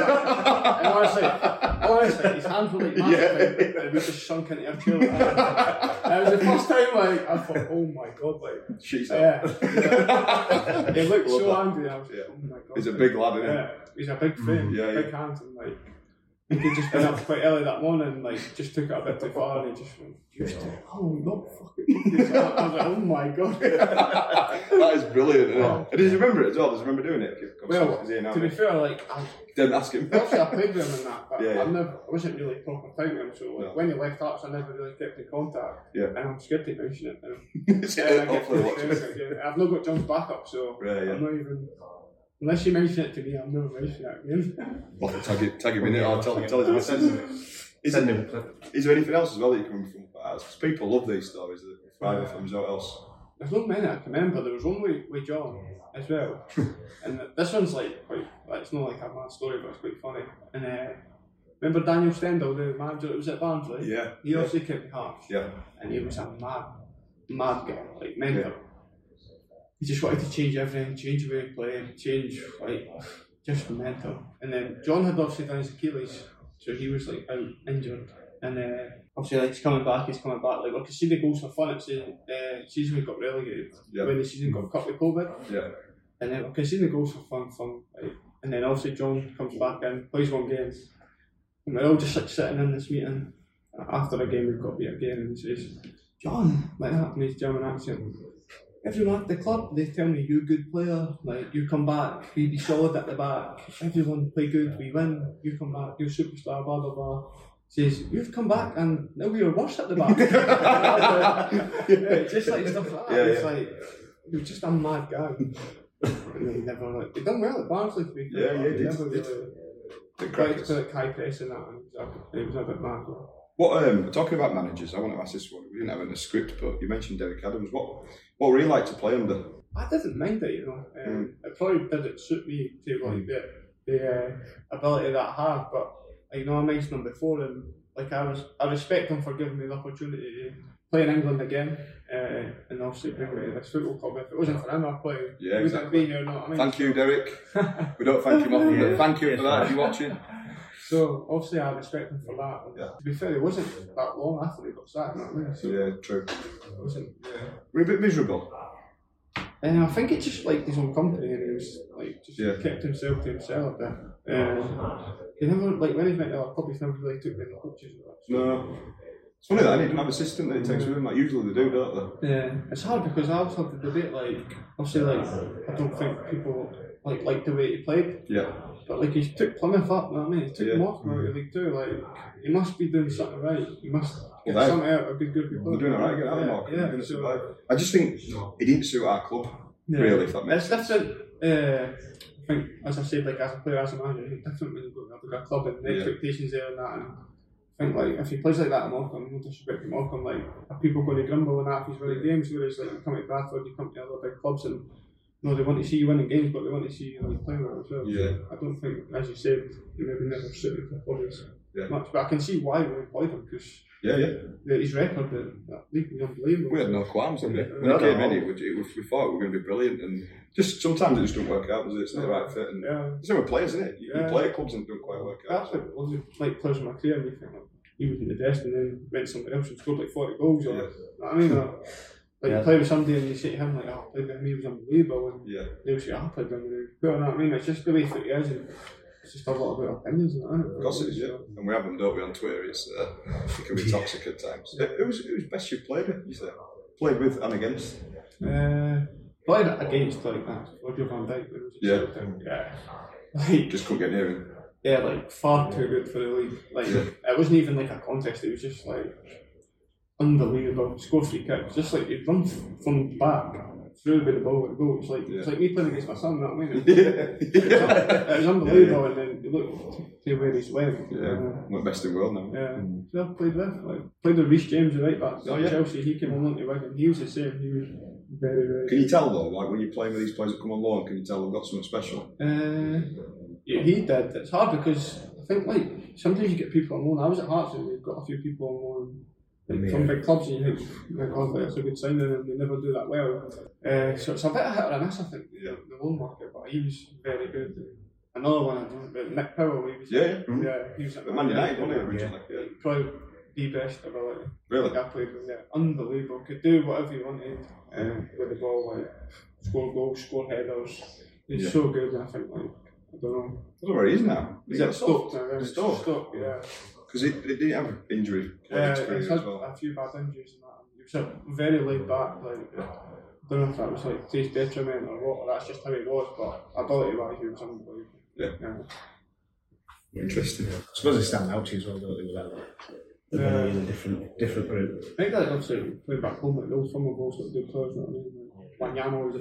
S2: honestly, honestly, his hands were like massive, yeah. and we just sunk into a chair. Like that. And it was the first time like I thought, oh my god, like
S3: She's
S2: yeah.
S3: up. (laughs)
S2: He looked
S3: Love
S2: so
S3: that.
S2: angry. I was like,
S3: Yeah.
S2: oh my god.
S3: He's a big lad, isn't he?
S2: Yeah, he's a big frame,
S3: Yeah,
S2: big
S3: yeah.
S2: hands, and like he could just been up quite early that morning, like just took it a bit too far, and he just went, "Used to, oh not fucking." (laughs) I was like, oh my
S3: (laughs)
S2: god.
S3: (laughs) that is brilliant. Isn't it? And does he remember it as well? Does he remember doing it?
S2: Well,
S3: Is he now?
S2: to be fair, like I,
S3: Don't ask him.
S2: obviously I
S3: (laughs)
S2: played with him and that, but
S3: Yeah, yeah.
S2: I never, I wasn't really proper time with him. So like,
S3: No.
S2: when he left Hearts, I never really kept in contact.
S3: Yeah.
S2: and I'm scared to mention it now.
S3: (laughs)
S2: Yeah, I get
S3: Hopefully,
S2: confused
S3: watching.
S2: again. I've not got John's backup, so
S3: Right, yeah.
S2: I'm not even. Unless you mention it to me, I'm never mentioning it again. (laughs)
S3: Well, tag, him, tag him in it. I'll tell, tell his missus. Is,
S4: Send
S3: it,
S4: him.
S3: is there anything else as well that you can remember from the past? 'Cause people love these stories, the private films, what else?
S2: There's not many I can remember. There was one with, with John as
S3: (laughs)
S2: well, and th- this one's like quite. Like, it's not like a mad story, but it's quite funny. And uh, remember Daniel Stendhal, the manager that was at Barnsley?
S3: Yeah,
S2: He
S3: yeah.
S2: obviously came to Hearts,
S3: Yeah.
S2: and he was a mad, mad guy, like mental.
S3: Yeah.
S2: He just wanted to change everything, change the way of playing, change like just mental. And then John had obviously done his Achilles, so he was like out injured. And uh, obviously, like, he's coming back, he's coming back. Like, I could see the goals for fun. It's the uh, season we got relegated
S3: Yeah.
S2: when the season got cut with COVID.
S3: Yeah.
S2: And then I can see the goals for er fun, fun. Right? And then obviously John comes back in, plays one game, and we're all just like sitting in this meeting. After a game, we've got beat again, and he says, "John, like that in his German accent." Everyone at the club, they tell me you're a good player. Like you come back, you be solid at the back. Everyone play good, we win. You come back, you're a superstar. Blah blah blah. Says you've come back and now we are worse at the
S3: (laughs)
S2: back. yeah, just like stuff like that.
S3: Yeah,
S2: it's
S3: yeah.
S2: like you're just a mad guy. And they never like they done well at Barnsley to be fair, but
S3: Yeah, yeah,
S2: they
S3: did-
S2: never
S3: did-
S2: really
S3: The
S2: tried
S3: crackers.
S2: to like high press and that and it was a- it was a bit mad.
S3: What um, talking about managers, I want to ask this one. We didn't have it in the script, but you mentioned Derek Adams. What what were he like to play under?
S2: I didn't mind it, you know. Um,
S3: Hmm.
S2: It probably didn't suit me to like the the uh, ability that I have, but you know I mentioned them before, and like I was I respect them for giving me the opportunity to play in England again, uh, and obviously bring me to this football club. If it wasn't for him, I play.
S3: Yeah,
S2: wouldn't
S3: exactly.
S2: be here, you know what I mean?
S3: Thank you, Derek. we don't thank him often, but
S4: Yeah.
S3: thank you for that. If you're watching,
S2: So obviously I respect him for that. And
S3: Yeah.
S2: To be fair, it wasn't that long after he got sacked. you know what I mean? So
S3: yeah, true.
S2: it wasn't. Yeah.
S3: We're a bit miserable.
S2: And I think it just like his own company, and he was like just
S3: Yeah.
S2: kept himself to himself. Then um, he never like when he went to our club, he's never really took me in the coaches. and that.
S3: No, it's funny that he didn't have a system that he
S4: Mm.
S3: takes with him. Like usually they do, don't
S2: Yeah, Um, it's hard because I always have the debate. Like obviously, like I don't think people like like the way he played,
S3: they? Yeah,
S2: but like he took Plymouth up. You know what I mean, he took
S3: Yeah.
S2: Morecambe out of League Two. Like he must be doing something right. He must get
S3: Well, they-
S2: something out of a good group of
S3: they're
S2: players.
S3: doing all right. Get out of Mark.
S2: Yeah,
S3: They're
S2: yeah.
S3: gonna
S2: So,
S3: survive. I just think he didn't suit our club.
S2: Yeah.
S3: Really, if that
S2: And
S3: makes
S2: It's different. Uh, I think, as I said, like as a player, as a manager, it's different when you go to a club and the
S3: Yeah.
S2: expectations there and that. And I think like if he plays like that at Morecambe, no disrespect to Morecambe, like are people going to grumble and that if he's winning games? Whereas like you come to Bradford, you come to other big clubs and. No, they want to see you winning games, er but they want to see you like playing well as well.
S3: Yeah.
S2: I don't think, as you said, you maybe never suited the bodies
S3: Yeah.
S2: much, but I can see why we Øh, employed him because
S3: Yeah, yeah.
S2: his record in that league was unbelievable.
S3: We had no qualms, did we? When
S4: No,
S3: he came
S4: no.
S3: in, it, was- it was, we thought we were going to be brilliant, and just sometimes it just don't work out. Does it? It's not the right fit. And
S2: Yeah.
S3: It's never players, isn't it? You, you
S2: Yeah.
S3: play at clubs and it don't quite work out.
S2: That's what was like players in my career, and you think like, he was the best, and then went somewhere else and scored like forty goals. Or, you
S3: Yeah.
S2: know what I mean, or, like you
S4: Yeah.
S2: play with somebody and you say to him like, "Oh, I played with him, he was unbelievable," and
S3: Yeah.
S2: they'll say, "Oh, "I played with him, he was good." You know what I mean? It's just the way that he is, and it's just a lot about opinions, and that.
S3: Of course it is, yeah. And we have them, don't we, on Twitter? It's, uh, it can be toxic at times. It was, it was best you played with, you said. Played with and against.
S2: Uh, played against like that, Roger Van Dijk. when he was at
S3: Yeah.
S2: Celtic, yeah. Like,
S3: Just couldn't get near him. (laughs)
S2: yeah, like far too good for the league. Like it wasn't even like a contest. It was just like unbelievable. Score free kicks, just like you run f- from back through with the ball at the goal. It's like it's
S3: Yeah.
S2: like me playing against my son. You
S3: (laughs)
S2: know what I mean?
S3: yeah.
S2: It was unbelievable. And then you look to where he's went. uh,
S3: yeah. Not best in the world now.
S2: Yeah, so I played with, like, played with Reece James, the right back.
S3: Oh,
S2: Oh,
S3: yeah.
S2: Chelsea, he came on to Wigan. He was the same. He was very, very.
S3: Can you tell though, like when you're playing with these players that come on loan, can you tell they've got something special?
S2: Uh, yeah, he did. It's hard because I think like sometimes you get people on loan. I was at Hearts and we've got a few people on loan like, from big clubs, and you think, "My God, like, that's a good signing," and they never do that well. Uh, so it's a bit of hit or a miss, I think, the, the loan market. But he was very good. Another one I don't know, Nick Powell. He was
S3: Yeah, yeah.
S2: yeah, he was at
S3: At Man United, wasn't it, originally? Yeah.
S2: Probably the best ability.
S3: Really?
S2: I played with yeah, unbelievable. Could do whatever he wanted uh, with the ball, like score goals, score headers. He's
S3: Yeah.
S2: so good. I think like I don't know.
S3: I don't know where he is now.
S2: Is it Stoke? now, yeah,
S3: Stoke.
S2: Stoke. Yeah.
S3: Because it, it didn't have injury
S2: Yeah,
S3: experience
S2: he's
S3: as
S2: had
S3: well.
S2: a few bad injuries and that. He was uh, very laid back. Like I don't know if that was like to his detriment or what, or that's just how he was. But ability wise, he was unbelievable.
S3: Yeah.
S2: yeah.
S3: Interesting.
S4: I suppose they stand out to you as well, don't they? With that, like, they're
S2: Yeah.
S4: in a different, different group.
S2: I think that obviously playing back home, like those summer goals, like good players. You know what I mean? Like, Wanyama was a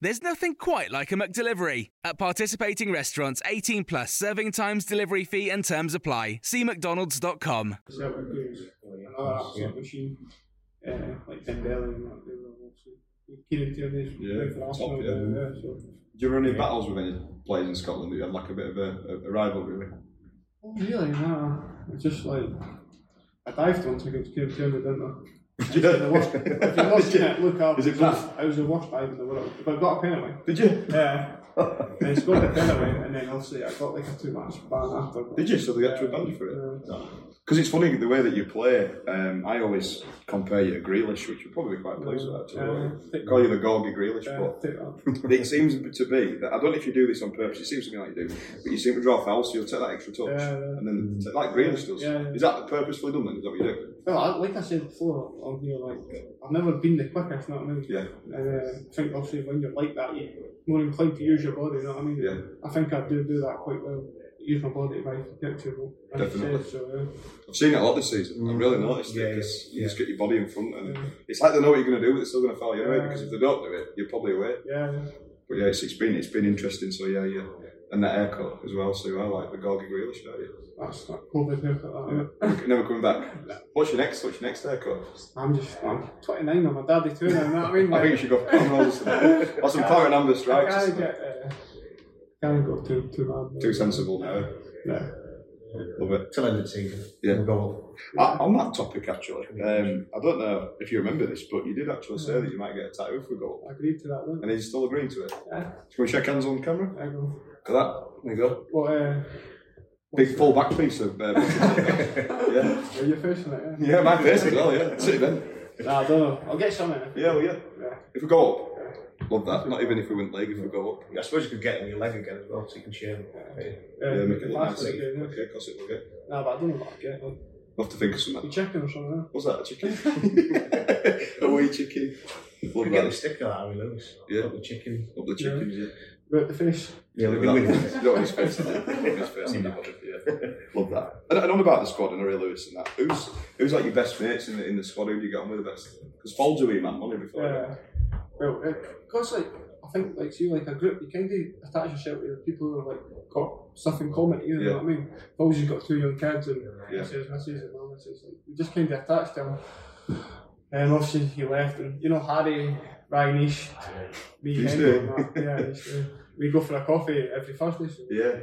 S5: There's nothing quite like a McDelivery. At participating restaurants, 18 plus serving times, delivery fee, and terms apply. See McDonald's.com.
S2: Celtic games.
S3: Oh,
S2: Another absolute machine. Uh, like Dembele and that, they were also. Kieran Tierney's
S3: Yeah,
S2: played for Arsenal.
S3: top, yeah.
S2: uh, yeah, so.
S3: Do you remember any battles with any players in Scotland that you had like a bit of a, a, a
S2: (laughs)
S3: rivalry with?
S2: Oh, really? Nah. It's just like. I dived once against Kieran Tierney, didn't I? I was the worst- if
S3: (laughs)
S2: you lost it, look up.
S3: Is it
S2: I
S3: black?
S2: was the worst dive in the world. But I got a penalty.
S3: Did you?
S2: (laughs) Yeah. and I scored a penalty, and then obviously I got like a two match ban after.
S3: Did you? So they got to a for it? Because it's funny the way that you play. Um, I always compare you to Grealish, which you're probably quite pleased
S2: Mm,
S3: with actually. won't you? Call you the Gorgie Grealish,
S2: Yeah,
S3: but
S2: take that.
S3: it seems to be that I don't know if you do this on purpose. It seems to me like you do, but you seem to draw fouls, so you'll take that extra touch
S2: Yeah, yeah.
S3: and then take, like Grealish does.
S2: Yeah, yeah.
S3: Is that purposefully done? Then is that what you do?
S2: Well, I, like I said before on here, like I've never been the quickest, you know what I mean?
S3: Yeah.
S2: And uh, I think obviously when you're like that, you're more inclined to use your body, you know what I mean?
S3: Yeah.
S2: I think I do do that quite well. Use my body to get to a goal. like you said,
S3: Definitely.
S2: So, yeah.
S3: I've seen it a lot this season. I've really
S2: Mm.
S3: noticed
S4: Yeah,
S3: it because
S4: yeah,
S3: you just get your body in front, and it's like they know what you're going to do, but they're still going to foul you anyway. Because if they don't do it, you're probably away.
S2: yeah.
S3: But yeah, it's, it's been it's been interesting. So yeah, yeah, and that haircut as well. So I like the Gorgie Grealish haircut.
S2: That's that COVID haircut. That, yeah.
S3: Never coming back. What's your next? What's your next haircut?
S2: (coughs) I'm just, I'm 29, I'm a daddy too now, you know what I mean?
S3: (laughs) I think you should go for cornrows
S2: (laughs)
S3: or or some power number strikes. or
S2: I
S3: something.
S2: get, uh, can't go too, too mad.
S3: Too sensible now.
S2: Yeah.
S3: Love it.
S4: Till end of the season.
S3: Yeah.
S4: We'll go
S3: I, on that topic, actually, um, I don't know if you remember this, but you did actually say that you might get a tattoo if we go,
S2: I agreed to that, didn't
S3: and he's still agreeing to it.
S2: Yeah.
S3: Can we shake hands on camera?
S2: I? I go,
S3: Look at that. There you go.
S2: well, uh,
S3: Big full back piece of. Uh, (laughs) yeah.
S2: are you fishing it? Yeah.
S3: Yeah, my face as well, yeah. That's it then.
S2: Nah, I don't know. I'll get something.
S3: Yeah, well, yeah. If we go up, love that. Not even if we win league, if we go up.
S4: I suppose you could get it on your leg again as well, so you can shave it.
S2: Yeah,
S3: Yeah, make it look
S2: last
S3: nice.
S2: week, yeah.
S3: Okay, cost it, we'll get.
S2: Nah, but I don't know what I get. Like,
S3: We'll have to think of something.
S2: chicken or something. eh?
S3: What's that, a (laughs) chicken? a wee chicken.
S4: We
S3: Love
S4: could get the
S3: that.
S4: sticker out of Lewis.
S3: Yeah.
S4: Not the chicken.
S3: Up the chickens, yeah.
S2: Right the fish.
S4: Yeah, we'd be
S3: Love
S4: winning.
S3: that. You know what his face is like? (laughs) His face on the bottom, yeah. Love that. And, and on about the squad and Ray Lewis and that, who's who's like your best mates in the, in the squad? Who do you get on with the best? Because Paul's a wee man, wasn't he, before?
S2: Yeah. Well, because like I think like see like a group, you kind of attach yourself to the people who are like got stuff in common. You know
S3: Yeah.
S2: what I mean? I've always just got two young kids and
S3: Yeah.
S2: misses, misses and all this. It's like you just kind of attached to them. And obviously he left, and you know Harry, Ryan East, me,
S3: He's
S2: Henry,
S3: there.
S2: and that. yeah, he's there. we go for a coffee every Thursday. So.
S3: Yeah.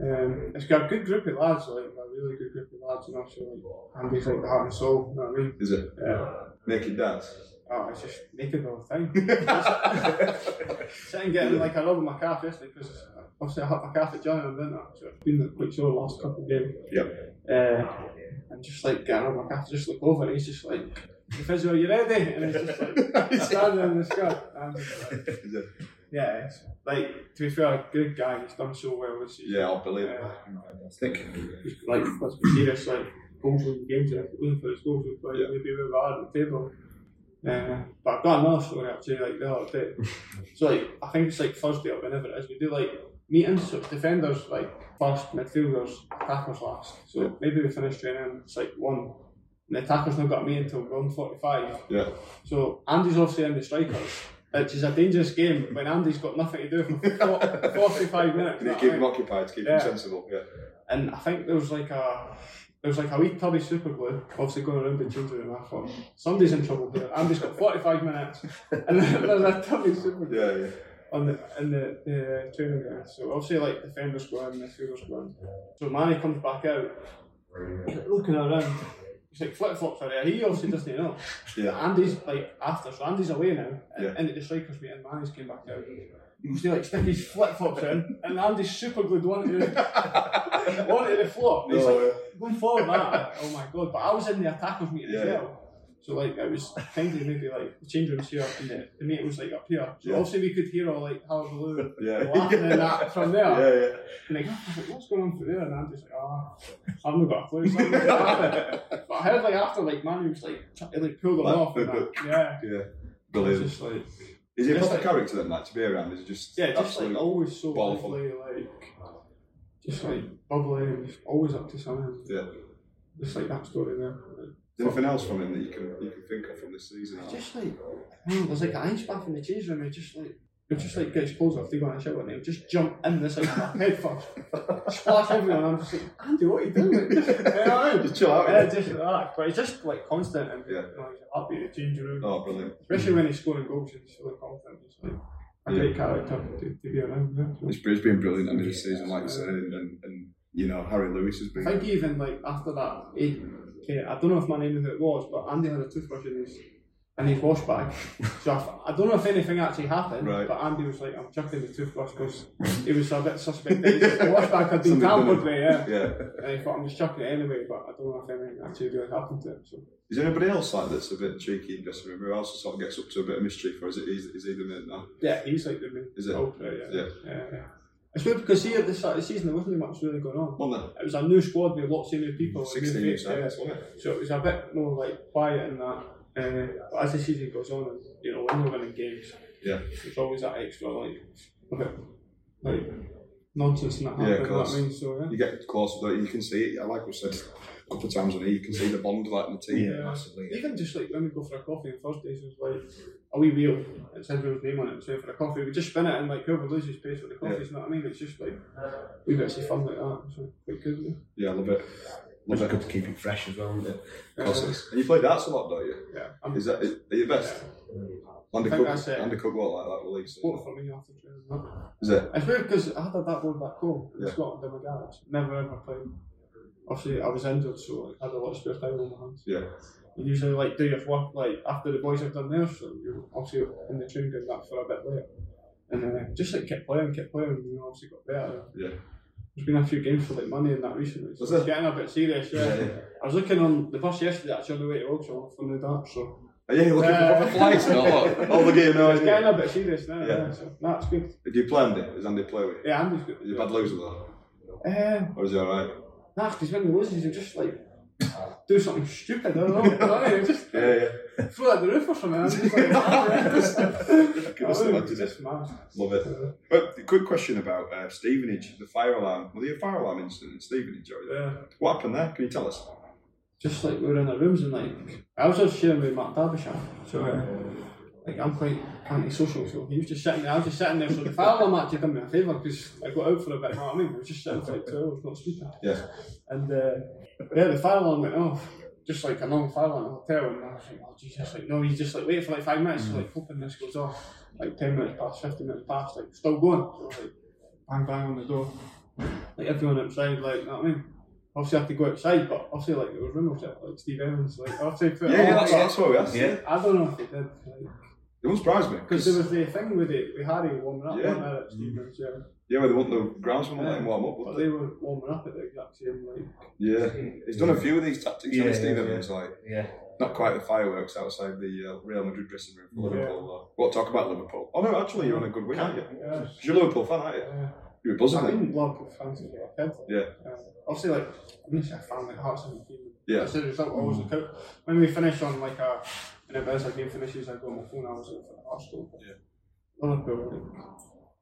S2: Um, it's got a good group of lads, like a really good group of lads, and obviously like Andy's like the heart and soul. You know what I mean?
S3: Is it?
S2: Yeah.
S3: Naked dads?
S2: Oh, it's just naked all the (laughs) time. Sitting getting like a rub on my calf yesterday because obviously I hurt my calf at John didn't I? So it's been quite sore the last couple of games.
S3: Yep.
S2: Uh, and just like getting on my calf, just look over and he's just like, the physio, you ready? And he's just like, standing in the sky. I'm just like,
S3: Is it?
S2: yeah, it's, like to be fair, a good guy, he's done so well this season.
S3: Yeah, I believe it.
S2: Uh,
S3: Thick.
S2: like, let's be serious, like, goals in games, like, looking for his goals, we'd probably
S3: Yeah.
S2: maybe we are at the table. Uh, but I've got another story actually, like, the other day.
S3: (laughs)
S2: so, like, I think it's like Thursday or whenever it is, we do like meetings, so it's defenders, like, first, midfielders, attackers last. So maybe we finish training, and it's like one. And the attacker's not got me until 145.
S3: Yeah.
S2: So Andy's obviously in the strikers, which is a dangerous game when Andy's got nothing to do for 45 minutes.
S3: Keep
S2: you know what I
S3: him
S2: mean?
S3: occupied, keep
S2: Yeah.
S3: him sensible. Yeah.
S2: And I think there was like a there was like a wee tub of super glue, obviously going around the children and I thought, (laughs) somebody's in trouble here. Andy's got forty five minutes and there's a tub of super glue.
S3: Yeah, yeah.
S2: on the in the, the training ground. So obviously like defenders squad and midfielders squad. So Manny comes back out, looking around. He's like flip flops are there. He obviously doesn't know.
S3: Yeah.
S2: Andy's like after, so Andy's away now, and,
S3: Yeah.
S2: and the strikers meet and Manny's came back out. So like stick his flip flops in, and Andy's super glued one to the (laughs) one to the floor. And he's
S3: No,
S2: like
S3: yeah.
S2: going forward that. Oh my god! But I was in the attackers meeting as
S3: Yeah.
S2: well. So like it was kind of maybe like the change rooms here and the, the meeting was like up here. So
S3: Yeah.
S2: obviously we could hear all like hullabaloo
S3: Yeah.
S2: and laughing and that from there.
S3: Yeah, (laughs)
S2: And
S3: yeah.
S2: like, I was like, what's going on through there? And I'm just like, ah, I've not got a clue. So I'm like, (laughs)
S3: (laughs)
S2: "Ah." but I heard like after like Manu was like, tr- he, like pulled him
S3: Like,
S2: off. And that.
S3: good,
S2: Yeah.
S3: Yeah.
S2: I was
S3: Brilliant.
S2: just like,
S3: Is it
S2: Just
S3: proper
S2: like-
S3: character then, like, to be around? Is it just
S2: yeah, just
S3: absolute
S2: like oh. always so
S3: ball of
S2: lively, like just like bubbly and just always up to something.
S3: Yeah.
S2: Just like that story there. Like,
S3: Is anything else from him that you can you can think of from this season? Alan?
S2: just like man, there's like an ice bath in the change room. It just like it just like gets clothes off. They go on a shower and they just jump in this ice bath (laughs) head first, splash everyone. I'm just like Andy, what are you doing?
S3: (laughs)
S2: you know what I mean?
S3: Just chill out,
S2: Yeah,
S3: innit?
S2: just like that. But it's just like constant and
S3: Yeah.
S2: you know, he's happy in the change room,
S3: Oh, brilliant.
S2: especially when he's scoring goals. He's really confident. He's like a
S3: Yeah.
S2: great character to, to be around. Yeah. So-
S3: It's, it's been brilliant under this season, like you said, and, and, and you know Harry Lewis has been.
S2: I think even like after that, he, okay, I don't know if my name who it was, but Andy had a toothbrush in his in his wash
S3: (laughs)
S2: bag. So I, I don't know if anything actually happened,
S3: Right.
S2: but Andy was like, "I'm chucking the toothbrush because he was a bit suspect. that his wash bag had been
S3: Something
S2: tampered
S3: done it.
S2: with, yeah.
S3: (laughs) Yeah.
S2: And he thought, "I'm just chucking it anyway," but I don't know if anything actually really happened to him. So
S3: Is there anybody else like that's a bit cheeky in dressing room who also sort of gets up to a bit of mischief, or is it is, is he the man now?
S2: yeah, he's like the main
S3: Is it?
S2: culprit, yeah.
S3: Yeah.
S2: yeah, yeah. It's weird because here at the start of the season there wasn't much really going on.
S3: Well, no.
S2: It was a new squad with lots of new people. and new
S3: Mm, Sixteen years
S2: faces,
S3: old,
S2: yeah.
S3: wasn't it?
S2: So it was a bit more like quiet and that. Uh, but as the season goes on, and, you know, when we're winning games,
S3: Yeah.
S2: there's always that extra like, a bit, like nonsense and that
S3: Yeah, of
S2: happens. you know what
S3: course.
S2: I mean, so yeah.
S3: You get close, though, you can see it. yeah, Like we said a couple of times on here, you can see the bond like in the team.
S4: (laughs) Yeah, massively.
S2: Even just like when we go for a coffee on Thursdays, it's like a wee wheel. It's everyone's name on it. It's saying for a coffee. We just spin it and like whoever loses pays for the coffee.
S3: Yeah.
S2: You know what I mean? It's just like we bits of fun like that. So quite good. Yeah.
S3: Yeah, I love it.
S4: It's
S3: Love it.
S4: good to keep it fresh as well, isn't it?
S3: Of course it is. And you play darts a lot, don't you?
S2: Yeah, I'm-
S3: Is that are you the best? Andy
S2: I think that's
S3: Cook,
S2: it.
S3: Andy Cook won't like that release.
S2: Sport for me after training. that.
S3: Is it?
S2: It's weird because I had a dartboard back home in
S3: Yeah.
S2: Scotland in my garage. Never ever played. Obviously, I was injured, so I had a lot of spare time on my hands.
S3: Yeah.
S2: You usually like do your work like after the boys have done theirs, so you're obviously in the training ground that for a bit later. And then uh, just like kept playing, kept playing, and you know, obviously got better.
S3: Yeah.
S2: There's been a few games for like money in that recently, so
S3: Was
S2: it's
S3: there?
S2: getting a bit serious. Yeah. I was looking on the bus yesterday actually on the way to Wiltshire for new darts, so
S3: Are you looking
S2: Yeah.
S3: for proper flights
S2: (laughs)
S3: and all that? All the gear now,
S2: it's
S3: isn't
S2: Uh, getting
S3: it?
S2: a bit serious now.
S3: Yeah.
S2: Yeah, so that's good.
S3: Do you play Andy? Does Andy play with you?
S2: Yeah, Andy's good.
S3: Is he a bad loser though?
S2: Um,
S3: Or is he alright?
S2: Nah, because when he loses, he'll just like do something stupid. I don't know. you know what I mean? He'll just
S3: Yeah, yeah.
S2: throw at the roof or something. (laughs) I'm just like, "Ah,
S3: Give us
S2: yeah."
S3: the magic.
S2: Just mad.
S3: Love it. But a quick question about uh, Stevenage, the fire alarm. Well, the fire alarm incident in Stevenage, or
S2: Yeah.
S3: what happened there? Can you tell us?
S2: Just like we were in our rooms and like I was just sharing with Matt Derbyshire. So uh, like I'm quite antisocial, so he was just sitting there. I was just sitting there. So the fire alarm actually done me a favour because I got out for a bit. You know what I mean? I was just sitting for like two hours, not sleeping.
S3: Yeah.
S2: And uh, yeah, the fire alarm went off. Just like a long fire alarm in a hotel, and I was like, oh Jesus, like no, you just like wait for like five
S3: Mm.
S2: minutes, like hoping this goes off. Like ten minutes past, fifteen minutes past, like still going. So like bang bang on the door. Like everyone outside, like you know what I mean. Obviously, I had to go outside, but obviously, like there was rumours that like Steve Evans, like I'll take it.
S3: Yeah, yeah,
S2: on,
S3: that's,
S2: but
S3: that's what we asked.
S4: Yeah.
S2: I don't know if he did. Like,
S3: It wouldn't surprise me.
S2: because there was the thing with it, with Harry warming up,
S3: Yeah.
S2: wasn't there, at Stevens, yeah.
S3: Yeah, well, they want the groundsman won't let him warm up,
S2: But
S3: would
S2: they
S3: they?
S2: were warming up at the exact same, like,
S3: Yeah. He's done a few of these tactics
S4: Yeah,
S3: on
S4: yeah,
S3: Steve
S4: yeah.
S3: Evans, like
S4: Yeah.
S3: not quite the fireworks outside the uh, Real Madrid dressing room for Liverpool. Though. We'll talk about Liverpool. Oh no, actually, you're on a good win, aren't you?
S2: yeah.
S3: You're a Liverpool fan, aren't you?
S2: Yeah.
S3: You're buzzing
S2: I've
S3: then.
S2: been Liverpool fans since I was a kid.
S3: Yeah.
S2: Uh, obviously, like, I'm not a fan, like, Hearts and Field.
S3: Yeah.
S2: I said it's not always the count. When we finish on, like, a, an event, like, game finishes, I go on my phone, I was like, for Arsenal.
S3: Yeah.
S2: Liverpool, like,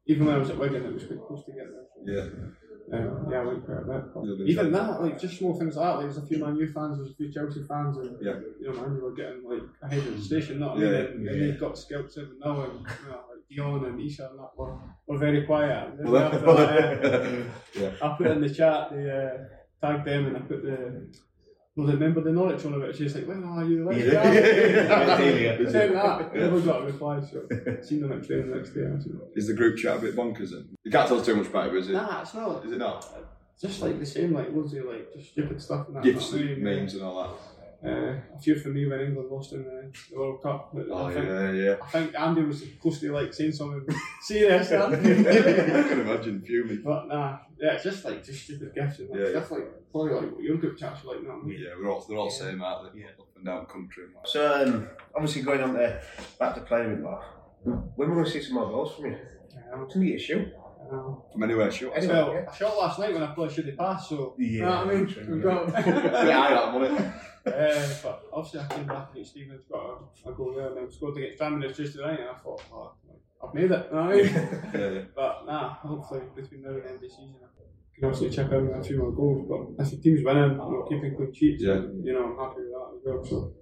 S2: even when I was at Wigan, it was quite close to get there.
S3: Yeah.
S2: Um, yeah, I went quite a bit. But
S3: You'll be
S2: even
S3: enjoying
S2: that, like, just small things like that, like, there's a few Man U fans, there's a few Chelsea fans, and,
S3: Yeah.
S2: you know, man, you were getting, like, ahead of the station, not
S3: Yeah,
S2: yeah, and,
S4: yeah.
S2: and they got scalped 7 0, and, you know, like, Dion and Isha and that were, were very quiet. And then
S3: Well,
S2: after that, uh,
S3: yeah.
S2: I put in the chat the uh, tag them and I put the Well, they remember the Norwich one about it. She's like, when are you? Let's
S4: Yeah. Yeah.
S2: go.
S4: Yeah.
S2: Send that. Never got a reply. So, seen them at training the next day. I said,
S3: Is the group chat a bit bonkers? Then? You can't tell us too much about it, but is it?
S2: Nah, it's not.
S3: Is it not?
S2: Just like the same, like loads of like just stupid stuff and that.
S3: Gifts
S2: not really-
S3: and memes and all that.
S2: Uh, a few for me when England lost in the, the World Cup. but
S3: Oh
S2: I, think,
S3: yeah, yeah.
S2: I think Andy was close to like saying something (laughs) serious.
S3: (laughs) I
S2: huh?
S3: can imagine fuming.
S2: but nah, yeah, it's just like just stupid gifts and like,
S3: Yeah, yeah.
S2: stuff like probably like what your group chats were like. Not me.
S3: Yeah, we're all they're all same, aren't they? Up and down country. And what.
S4: So um, obviously going on there back to playing with Mark. When we're going to see some more goals from you?
S2: Um,
S4: Can we get a shoe?
S2: um,
S3: From anywhere, sure.
S4: Anyway.
S2: Well,
S4: Yeah.
S2: I shot last night when I probably should have passed, so you know what I mean?
S4: Yeah.
S2: We've got
S3: Yeah, (laughs) I that wasn't it.
S2: (laughs) uh, but obviously I came back and Stephen's got a, a goal there and then scored against Flamingos just tonight and I thought, oh, I've made it, you know what I mean?
S3: Yeah, yeah.
S2: but nah, hopefully between now and the end of the season I can obviously chip in with a few more goals, but if the team's winning, I'm not keeping clean sheets,
S3: Yeah.
S2: you know, I'm happy with that as well, so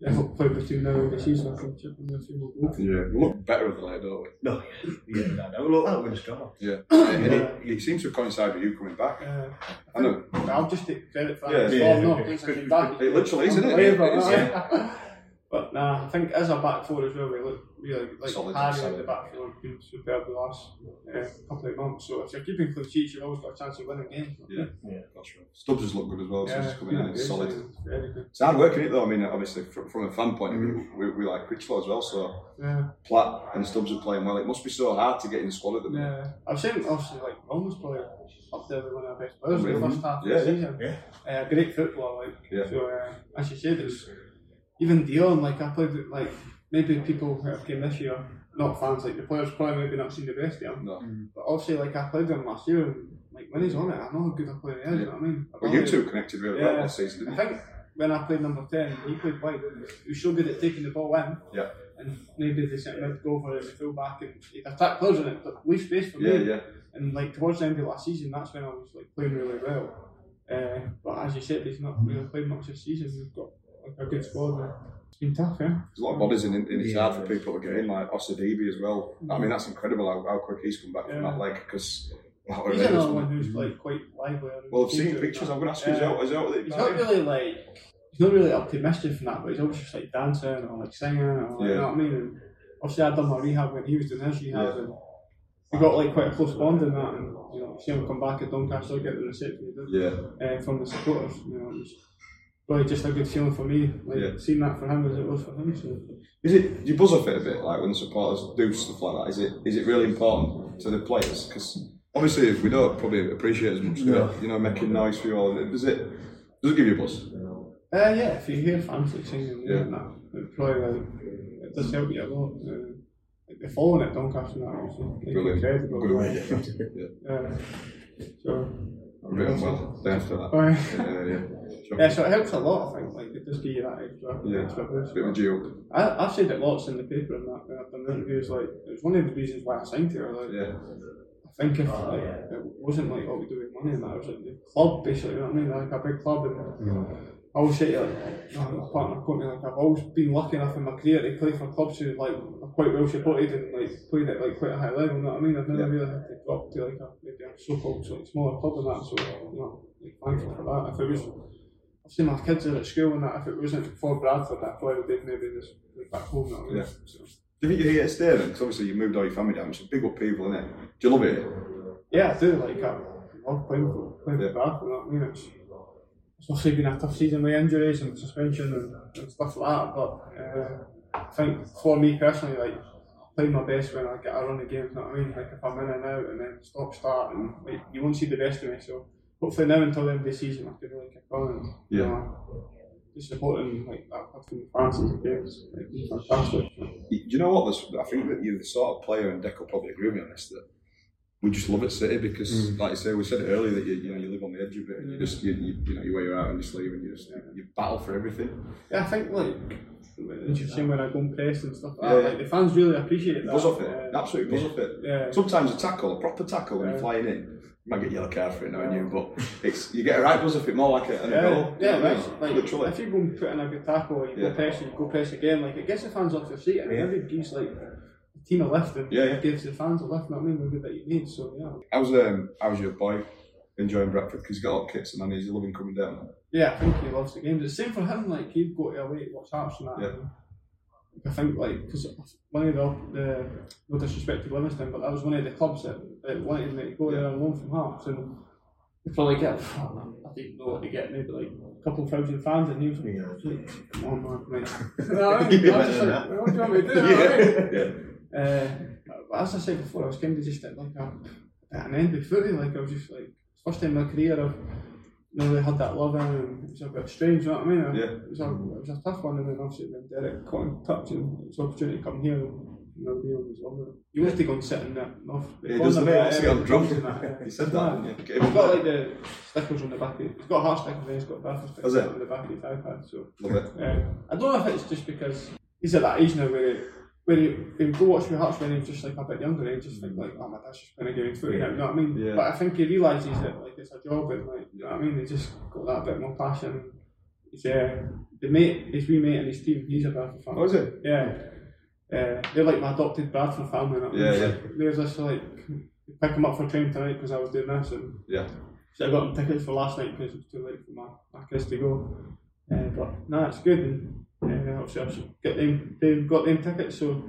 S2: yeah, hopefully between now and the season I can chip in with a few more goals.
S3: Yeah, we look better with the light, don't we?
S4: No. Yeah, no, no. Look, that would be strong.
S3: Yeah. and it, it seems to coincide with you coming back.
S2: Uh,
S3: I know.
S2: But I'll just take credit for
S3: Yeah,
S2: that.
S3: yeah,
S2: Yeah,
S3: yeah.
S2: no, it's a good back.
S3: It literally is, isn't it?
S2: Unbelievable,
S3: It is,
S2: right? (laughs) But nah, I think as a back four as well, we look really like
S3: Solid,
S2: Harry
S3: solid.
S2: at the back four has been superb the last uh, couple of months. So if you're keeping clean sheets, you've always got a chance of winning games.
S3: Yeah. yeah. That's right. Stubbs has looked good as well since he's coming in.
S2: yeah,
S3: It's solid.
S2: Very good.
S3: It's hard working it though. I mean, obviously from, from a fan point of view, we, we like Critchlow as well. So
S2: Yeah,
S3: Platt and Stubbs are playing well. It must be so hard to get in the squad at the minute.
S2: yeah. I've seen obviously like almost probably up there with one of our best players in the
S3: Mhm.
S2: first half
S3: Yeah,
S2: of the
S3: yeah,
S2: season.
S4: yeah.
S2: Uh, great football, like
S3: Yeah.
S2: so. Uh, as you said, it's even Dion. Like I played with, like maybe people who have came this year, not fans. Like the players probably maybe not seen the best of him.
S3: No.
S2: But obviously, like I played him last year, and like when he's on it, I know how good a player he is. You know what I mean? I
S3: But
S2: know
S3: you
S2: he-
S3: two connected really well last season, didn't
S2: Oh, I
S3: you?
S2: think when I played number 10, he played wide. He was so good at taking the ball in.
S3: Yeah.
S2: And maybe they sent him to go for it, full back, and he'd attack players on it, but leave space for
S3: Yeah,
S2: me.
S3: yeah.
S2: And like towards the end of last season, that's when I was like playing really well. Uh, but as you said, he's not really played much this season. We've got like a good squad. and It's been tough, yeah.
S3: There's a lot of bodies in, it, and it's hard for people to get in, like Osadebe as well. I mean, that's incredible how, how quick he's come back from
S2: Yeah.
S3: that leg (laughs) because.
S2: He's another one who's like quite lively. and
S3: Well, I've seen
S2: seems to-
S3: pictures. I'm going to ask you, is
S2: Yeah.
S3: that, is that what
S2: He's not really like he's not really up to mischief and that, but he's always just like dancing or like singing or like,
S3: Yeah.
S2: you know what I mean. And obviously, I done my rehab when he was doing his rehab,
S3: Yeah.
S2: and we got like quite a close bond in that. And you know, see him come back at Doncaster, get the reception he did
S3: Yeah.
S2: uh, from the supporters. You know, it was really just a good feeling for me, like
S3: Yeah.
S2: seeing that for him as it was for him. So.
S3: Is it do you buzz off it a bit like when the supporters do stuff like that? Is it is it really important to the players? Because obviously we don't probably appreciate as much. do we? You know, making noise for you all. Does it does it give you a buzz?
S2: Uh, yeah, if you hear fans like singing
S3: Yeah.
S2: yeah. and that, it probably like, it does help you a lot. Uh, like the following at Doncaster and that was like,
S3: Brilliant.
S2: incredible.
S3: Good win. Yeah.
S2: Uh, so,
S3: I'm doing well. Down for that.
S2: Aye.
S3: Yeah, yeah. Sure.
S2: yeah, so it helps a lot, I think. Like, it does give you that extra,
S3: Yeah.
S2: extra
S3: It's a
S2: boost.
S3: bit of a G-up.
S2: I, I've said it lots in the paper and that when I've done interviews. Like, it was one of the reasons why I signed here. Like,
S3: Yeah.
S2: I think if like, it wasn't like, oh, we do with money and that, it was like the club, basically, you know what I mean? Like a big club. And I always say, to, like, my my partner caught me, like, I've always been lucky enough in my career to play for clubs who like, are quite well supported and like playing at like quite a high level, you know what I mean? I've never
S3: Yeah.
S2: really had to go up to like a, maybe a so called like, smaller club and that, so, you know, like, thankful for that. If it was, I've seen my kids are at school and that, if it wasn't for Bradford, that probably would have maybe just like, back home, you know what I mean?
S3: Yeah.
S2: So-
S3: Do you think you're here to stay then? 'Cause obviously you moved all your family down. It's a big up people, isn't it? Do you love it?
S2: Yeah, I do like I love playing for playing
S3: Yeah.
S2: for Bath, you know what I mean? It's, it's obviously been a tough season with injuries and suspension and, and stuff like that, but uh, I think for me personally, like play my best when I get a run of games, you know what I mean? Like if I'm in and out and then stop start and like, you won't see the best of me. So hopefully now until the end of the season I can really kick on and you
S3: Yeah.
S2: know, just supporting like that fucking fans in the games. Like been fantastic.
S3: Do you know what? This, I think that you're the sort of player, and Deck will probably agree with me on this, that we just love it City because,
S2: Mm.
S3: like you say, we said it earlier that you, you know you live on the edge of it, and you just you, you, you know you wear your heart on your sleeve, and you just you, you battle for everything.
S2: Yeah, I think like interesting when I go and press and stuff like
S3: Yeah,
S2: that.
S3: yeah.
S2: Like the fans really appreciate that.
S3: Buzz off
S2: Uh,
S3: it, absolutely buzz off it.
S2: Yeah.
S3: Sometimes a tackle, a proper tackle, when you're flying in, you might get yellow card for it, knowing you, but it's you get a right buzz off it more like a, an a
S2: yeah, yeah,
S3: goal. you know what I
S2: that's-
S3: mean?
S2: like,
S3: literally.
S2: if you go and put in a good tackle, or you
S3: Yeah.
S2: go press and you go press again, like it gets the fans off their seat. I mean, every gives like the team a lift and
S3: Yeah, yeah.
S2: gives the fans a lift. you know what I mean, maybe that you need. So yeah,
S3: How's um how's your boy enjoying Bradford? Because he's got hot kits and I mean, he's loving coming down.
S2: Yeah, I think he loves the games. It's same for him. Like he'd go to away to watch Hearts and that.
S3: Yeah.
S2: and I think like because one of the, the no disrespect to Livingston, but that was one of the clubs that, that wanted me to go there on loan from Hearts, and they probably get I didn't know what to get maybe like a couple thousand fans, and he was like, "Come on, man, mate." No, I mean, I was just like, "What do you want me to do?"
S3: yeah, yeah.
S2: Uh, but as I said before, I was kind of just at like a, at an end of footy. Like I was just like first time in my career I've not really had that love in, and it was a bit strange. You know what I mean?
S3: Yeah.
S2: It was a, it was a tough one, and then obviously when Derek caught in touch and it was an opportunity to come here. And, you know, Neil was loving it. You want to go and sit in that off.
S3: Yeah, he does the mate, see, I'm drunk.
S2: He
S3: He said that, didn't he? Get him
S2: He's got
S3: back.
S2: like the stickers on the back of it. He's got heart stickers and he's got Belfast stickers
S3: Has it?
S2: on the back of his iPad. So (laughs)
S3: Love it.
S2: uh, I don't know if it's just because he's at that age now where he, where he, he would go watch me Hearts when he was just like a bit younger and just think like, oh my dad's just going to give him footy now, you know what I mean?
S3: Yeah.
S2: But I think he realises that like it's a job and like, you know what I mean? He's just got that bit more passion. He's, uh, the mate, his wee mate and his team, he's a Bradford fan.
S3: Oh, is he?
S2: Yeah. Uh, they're like my adopted Bradford family. you know what I mean?
S3: Yeah, yeah.
S2: There's this like, pick him up for training tonight because I was doing this and
S3: Yeah.
S2: so I got them tickets for last night because it was too late for my, my kids to go. Uh, but no, it's good. And uh, obviously, I've just got them, they've got them tickets, so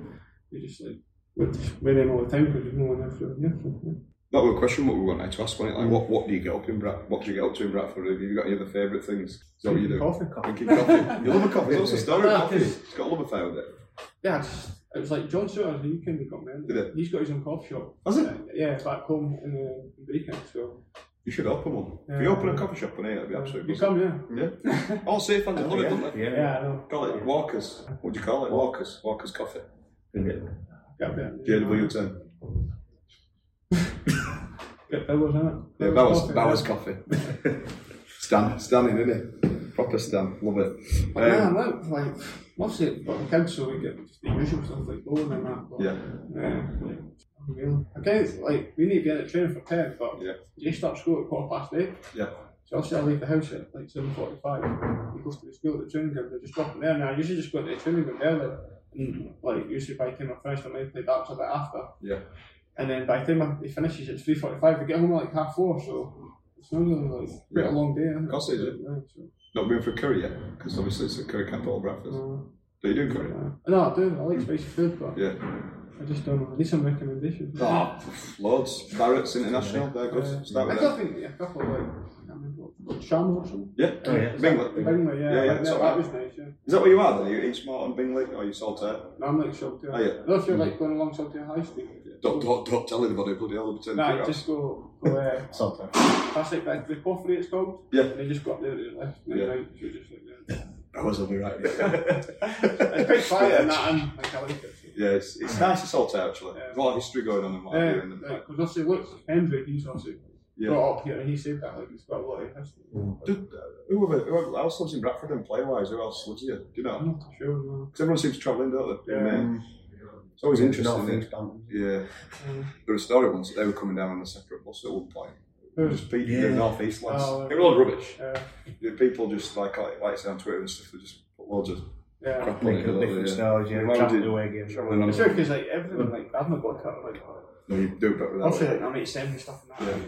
S2: we just like with, with them all the time because there's no one else really here. So, yeah.
S3: That was a question what we wanted to ask, wasn't it? Like, what, what do you get up in Brat? What do you get up to in Bradford? Have you got any other favourite things? Is that what you do?
S2: Coffee. (laughs)
S3: Drinking coffee. You love a coffee. It's also story
S2: Yeah,
S3: coffee.
S2: 'cause-
S3: It's got a love affair with it.
S2: Yeah, it's, it was like John Suter, he came and got me in.
S3: Did he?
S2: He's got his own coffee shop.
S3: Has he?
S2: Uh, yeah, back home in the in Bacon. So
S3: You should open one. If
S2: Yeah.
S3: you open a coffee shop on here, it'd be absolutely
S2: you come, yeah. (laughs)
S3: Yeah. All safe fans would love it, don't they?
S4: Yeah.
S2: Yeah, I know.
S3: Call it Walkers. What do you call it? Walkers. Walkers coffee.
S2: Got a bit.
S3: JW ten.
S2: Got Bowers uh, in it.
S3: Yeah, that was that was coffee. (laughs) Stan, Stanning, isn't it? Proper Stan, love it.
S2: But nah,
S3: Um,
S2: no, like, obviously, it's got the kids, so we get just the usual stuff like bowling and that. But,
S3: Yeah.
S2: Uh, unreal. Again, it's like, we need to be in the training for 10, but
S3: Yeah.
S2: you start school at quarter past 8.
S3: yeah,
S2: So obviously, I leave the house at like 7.45. He goes to the school at the training ground, I just drop him there. Now, I usually just go to the training ground early.
S3: Mm.
S2: And, like, usually by the time I finish, I might play darts a bit after.
S3: yeah.
S2: And then by the time he finishes, it's 3.45. We get home at like half 4, so it's not really like quite
S3: Yeah.
S2: a long day. isn't
S3: Of course it is.
S2: Yeah, so-
S3: Not been for curry yet, because obviously it's a curry capital breakfast.
S2: Mm.
S3: But you do curry.
S2: No, uh, I do. I like spicy food, but
S3: Yeah.
S2: I just don't know. I need some recommendations.
S3: Oh, loads. Barrett's International, they're good. Start
S2: I
S3: with
S2: got
S3: them.
S2: been a couple of like, I can't remember what, Shamrock or something?
S3: Yeah,
S4: Oh, yeah.
S3: Bingley.
S2: Bingley, yeah.
S3: Yeah, yeah,
S2: like,
S3: it's
S2: that,
S3: alright.
S2: was nice, yeah.
S3: Is that where you are then? Are you Eastmart and Bingley? Or are you Saltaire?
S2: No, I'm like shocked. Yeah.
S3: Oh, yeah.
S2: No, if you're like going along something high street.
S3: Don't, don't, don't tell anybody, bloody hell, they'll be turning
S2: Nah,
S3: people
S2: just go, go uh,
S4: Sometimes.
S2: past like that, the coffee it's called.
S3: Yeah.
S2: And you just go up there to the left. And
S3: Yeah.
S2: yeah. Right, so just like,
S3: (laughs)
S2: yeah.
S3: out. I was on the right. yeah,
S2: It's quite quiet
S3: (laughs)
S2: and
S3: Yeah.
S2: that, and like, I like it.
S3: it's, it's nice to Saltaire actually. There's a lot of history going on in what have you, and
S2: Because obviously, look, Hendrick, he's obviously
S3: Yeah.
S2: brought up here and he said that, like, he's got a lot of history.
S3: Dude, who, have, who else lives in Bradford and play wise? Who else lives here? Do you know?
S2: I'm not too sure, no.
S3: Because everyone seems travelling, don't they?
S2: Mm. Yeah.
S3: Um, it's always interesting.
S4: North
S3: isn't
S4: East
S3: it?
S4: Bantam.
S3: Yeah.
S2: Mm.
S3: There was a story once that they were coming down on a separate bus at one point. They were just people, the
S4: Yeah.
S3: North East lads.
S2: Mm. Oh, right.
S3: They were all rubbish.
S2: Uh,
S3: The People just, like, like, like say on Twitter and stuff, they just put loads of
S2: yeah.
S3: crap on it.
S4: Making up
S3: don't they?
S4: different styles, yeah.
S3: Why would
S4: Travelling
S3: you-
S4: away games.
S3: travelling on-
S2: It's sure because like everyone like I've not got a cut like
S3: No, you do better than
S2: obviously
S3: that.
S2: like I make seven stuff and that.
S3: Yeah.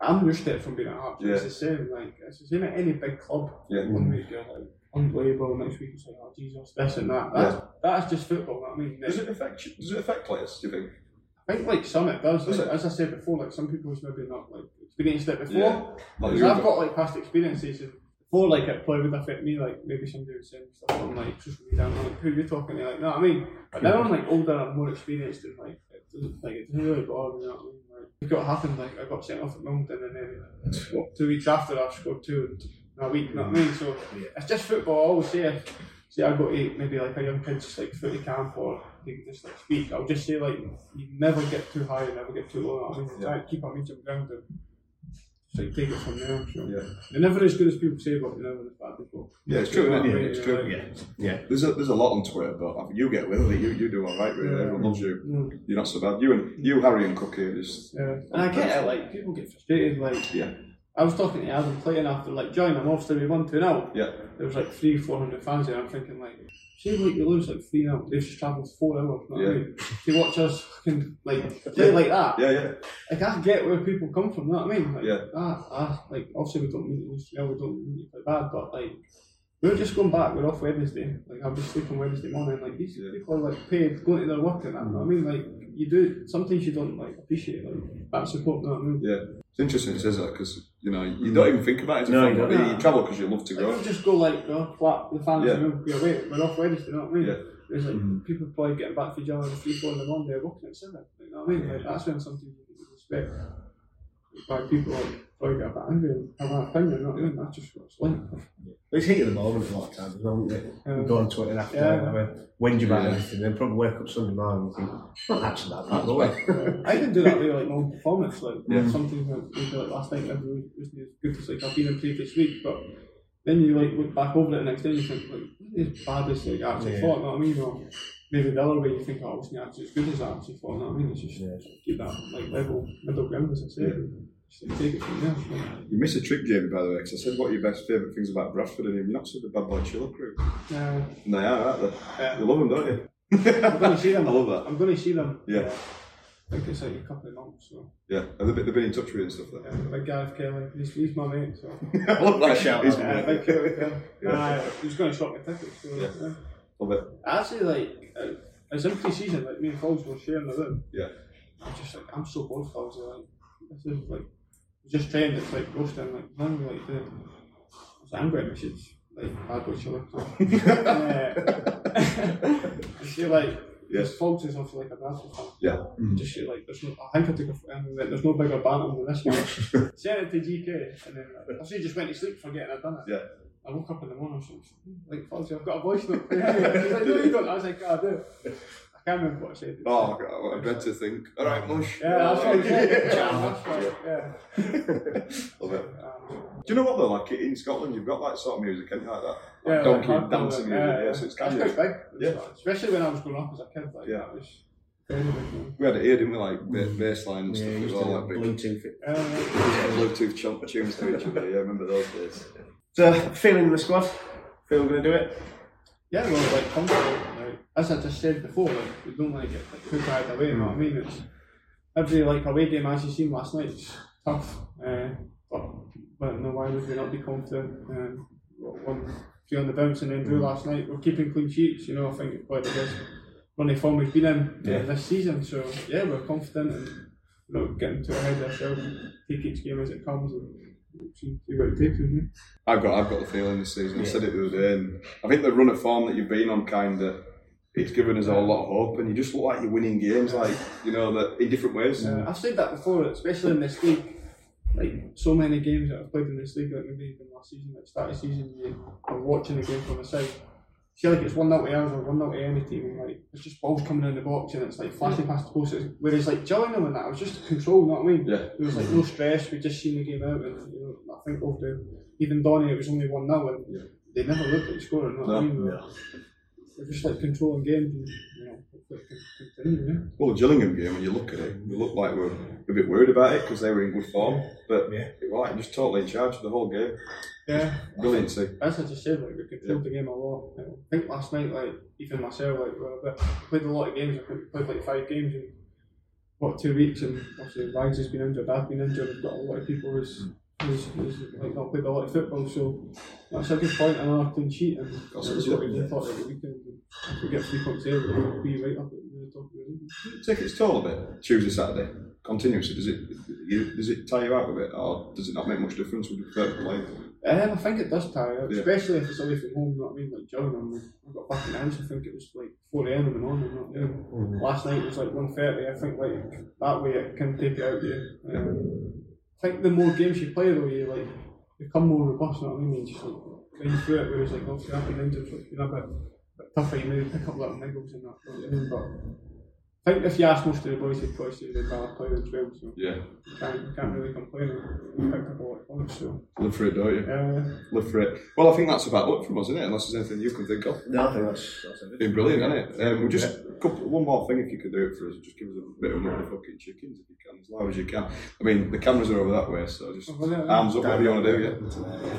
S2: I'm used to it from being at Hearts. It's
S3: Yeah.
S2: the same like it's the same at any big club.
S3: Yeah.
S2: One week you're like unbelievable, next week it's like oh Jesus this and that. That's,
S3: Yeah.
S2: that's just football. I mean,
S3: Does it affect you- Does it affect players, do you think?
S2: I think like some it does.
S3: Does
S2: like,
S3: it?
S2: As I said before, like some people's maybe not like experienced it before.
S3: Yeah. Like
S2: Because
S3: you
S2: I've
S3: have
S2: got like past experiences and before like it probably would affect me, like maybe somebody would send me stuff on like social media and I'm like, who are you talking to? Like, no, I mean, but now I'm like older and more experienced and like it doesn't like it doesn't really bother me, you know what I mean? Like it got happened, like I got sent off at Milton and then uh, what, two weeks after I scored two in a week, you know what I mean? So it's just football I always say if say I go to maybe like a young kid's like footy camp or they can just like speak, I'll just say like you never get too high, you never get too low, you know what I mean try and keep a medium ground and so you take it from there. So.
S3: Yeah.
S2: They're never as good as people say, but they're never as bad as well.
S3: Yeah, it's true, isn't it?
S2: Yeah,
S3: it's
S2: yeah,
S3: true.
S2: yeah.
S4: Yeah.
S3: There's a, there's a lot on Twitter, but I mean, you get with it. You, you do all right, really. Everyone loves you.
S2: Mm.
S3: You're not so bad. You and you, Harry and Cookie, are just
S2: Yeah. And I get it, like, people get frustrated, like,
S3: yeah.
S2: I was talking to Adam Clayton after like joining him, obviously we won 2 0.
S3: Yeah.
S2: There was like three, four hundred fans there. I'm thinking like, see, like you lose like 3 0. They've just travelled four hours. You know what I
S3: Yeah.
S2: mean? To watch us fucking
S3: (laughs)
S2: like play like that.
S3: Yeah, yeah.
S2: Like I get where people come from, you know what I mean? Like,
S3: Yeah.
S2: Ah, ah, like obviously we don't mean to lose, yeah, we don't mean to play bad, but like we're just going back. We're off Wednesday. Like I'll be sleeping Wednesday morning. Like these
S3: Yeah.
S2: people are like paid, going to their work and that. You know what I mean? Like you do sometimes you don't like appreciate like that support. You know what I mean?
S3: Yeah. It's interesting, it says that, because, you know, you don't even think about it.
S4: No,
S3: No,
S4: you
S3: you,
S4: don't.
S3: you travel because you love to
S2: Like,
S3: go.
S2: don't just go like oh, flat. The fans
S3: Yeah.
S2: are moving your way. We're off Wednesday. You know what I mean?
S3: Yeah. Mm-hmm.
S2: There's like people probably getting back to each other at three, four in the morning. They're working at seven. Like, you know what I mean? Like that's when sometimes you need to respect. Why people like probably get a bit angry and have an opinion. You know what I mean? That's just what's like.
S4: It's heat at the moment a lot of times, isn't it?
S2: Yeah.
S4: You go on Twitter after
S2: Yeah.
S4: and have a whinge about
S3: Yeah.
S4: everything, then probably wake up Sunday morning and think, well, that's not that bad, (laughs)
S2: I can do that with like my own performance, like
S3: Yeah.
S2: something that maybe like last night everyone was as good as like I've been in previous week, but then you like look back over it the next day and you think like it's as bad as like I actually
S4: Yeah.
S2: thought, you know what I mean? Or maybe the other way you think oh, I wasn't actually as good as I actually thought, you know what I mean? It's just
S4: Yeah.
S2: keep that like level middle ground as I say. Just like, take it from there. Like,
S3: You missed a trick, Jamie, by the way, because I said, what are your best favourite things about Bradford? And you've not said the Bad Boy Chiller crew. (laughs)
S2: uh,
S3: And they are, aren't they?
S2: Yeah.
S3: You love them, don't you?
S2: I'm gonna see them.
S3: I love that.
S2: I'm gonna see them.
S3: Yeah.
S2: uh, I think it's like a couple of months, so
S3: Yeah. And they've been- they've been in touch with you and stuff
S2: yeah,
S3: there.
S2: like Gareth Kelly, he's, he's my mate,
S3: (laughs)
S2: so
S3: I love that shout. He's
S2: yeah,
S3: great.
S2: thank you. Uh, he's gonna shop my tickets, so
S3: Yeah.
S2: yeah.
S3: Love it.
S2: Actually, like, uh, it's in pre-season, like, me and Foles were sharing the room.
S3: Yeah.
S2: I'm just like, I'm so bored, Foles. Like, this is, like, we just trained, it's like roasting, like, man, like, the, I was angry at my shit. Like, bad boy chiller. Yeah. I see, like,
S3: Yeah.
S2: this Foles is obviously like a Bradford fan.
S3: Yeah. Mm-hmm.
S2: Just shit, like, there's no, I think I took a photo and like, there's no bigger banter than this one.
S3: (laughs)
S2: Sent it to GK, and then, like, I just went to sleep forgetting I'd done it.
S3: Yeah.
S2: I woke up in the morning, I was like, like, fuck, I've got a voice note. He's like, no, you don't. I was like, oh, I do. I can't remember what I said.
S3: Oh, God, what a dread to think. All right, mush.
S2: yeah, that's what I said. Yeah, that's right. Yeah.
S3: (laughs) Love it.
S2: Um,
S3: Do you know what though? Like in Scotland, you've got that sort of music, ain't you, like that?
S2: yeah,
S3: Like donkey
S2: hardcore,
S3: dancing music. Yeah, so it's
S2: (laughs)
S3: kind
S2: That's
S3: of.
S2: quite big.
S3: Yeah.
S2: Especially when I was growing up as a kid. Like,
S3: Yeah.
S2: That was very big. man.
S3: We had it here, didn't we? Like ba- bass line and
S4: Mm. Yeah,
S3: stuff.
S4: you
S3: it was
S4: used to
S3: all
S4: have
S3: like big
S4: Bluetooth it.
S2: Uh,
S3: Bluetooth chomp tunes to each other. Yeah, I remember those days.
S4: So, feeling the squad, feel we're going to do it.
S2: yeah, well, like, comfortable. Like, as I just said before, like, we don't like it. Like, too carried away, you know what I mean? It's, every, like, away game as you seen last night, it's tough. Uh, but, but no, why would we not be confident? Um, what- one, three on the bounce and then drew last night. We're keeping clean sheets, you know, I think it's quite the best run of form we've been in uh, this season. So, yeah, we're confident and we're not getting too ahead of ourselves. Take each game as it comes and see see what it takes, isn't
S3: I've got I've got the feeling this season. I said it the other day, and I think the run of form that you've been on kind of it's given us all a lot of hope, and you just look like you're winning games, like you know, that in different ways.
S2: Uh, I've said that before, especially in this league. Like so many games that I've played in this league, like maybe even last season, like start of season, you are watching the game from the side. Feel like it's one 0 to ours or one 0 to any team. and, Like it's just balls coming in the box and it's like flashing past the post. It's- Whereas like Gillingham and that, it was just control. You know what I mean?
S3: Yeah.
S2: There was like no stress. We just seen the game out, and you know, I think over the even Donny, it was only one 0 and
S3: Yeah.
S2: they never looked like scoring. You know what I
S3: No.
S2: mean? We were- We're just like controlling games, and you know, hopefully it can continue. Yeah.
S3: Well, the Gillingham game, when you look at it, we looked like we were a bit worried about it because they were in good form, but
S4: Yeah.
S3: it were like just totally in charge of the whole game.
S2: Yeah.
S3: Brilliancy.
S2: As I just said, like we controlled the game a lot. I think last night, like even myself, like we were a bit, played a lot of games. I think we played like five games in what two weeks, and obviously Ryan's has been injured. I've been injured. We've got a lot of people who's who's, who's like not played a lot of football. So that's a good point. Another clean sheet, and that's
S3: That's
S2: what
S3: it,
S2: we
S3: yeah.
S2: thought at the weekend. If we get three points here, we'll be right up at the top of the league.
S3: Take its toll a bit. Tuesday, Saturday, continuously. Does it you, does it tire you out a bit, or does it not make much difference? Would you prefer to play?
S2: Um, I think it does tire, out,
S3: Yeah.
S2: especially if it's away from home. You know what I mean? Like Gillingham, I got back in the house. I think it was like four a.m. in the morning. You know what I mean? Last night was like one thirty. I think like that way it can take it out of you. Um, I think the more games you play though, you like become more robust. You know what I mean? You just like grind through it. Whereas like obviously I've been injured, so it's been a bit, bit tougher. You maybe pick up little niggles and that. You know what I mean? But I think if you ask most of the boys, they'd probably say they'd rather play than swim. So
S3: Yeah,
S2: you can't you can't really complain. We picked up a lot of points. So.
S3: live for it, don't you?
S2: Uh,
S3: Live for it. Well, I think that's about it from us, isn't it? Unless there's anything you can think of.
S4: No, I think that's, that's it.
S3: Been brilliant, hasn't it? Um, we just couple, one more thing, if you could do it for us, just give us a bit of motherfucking chickens if you can, as loud as you can. I mean, the cameras are over that way, so just arms up, whatever you want to do. Yeah.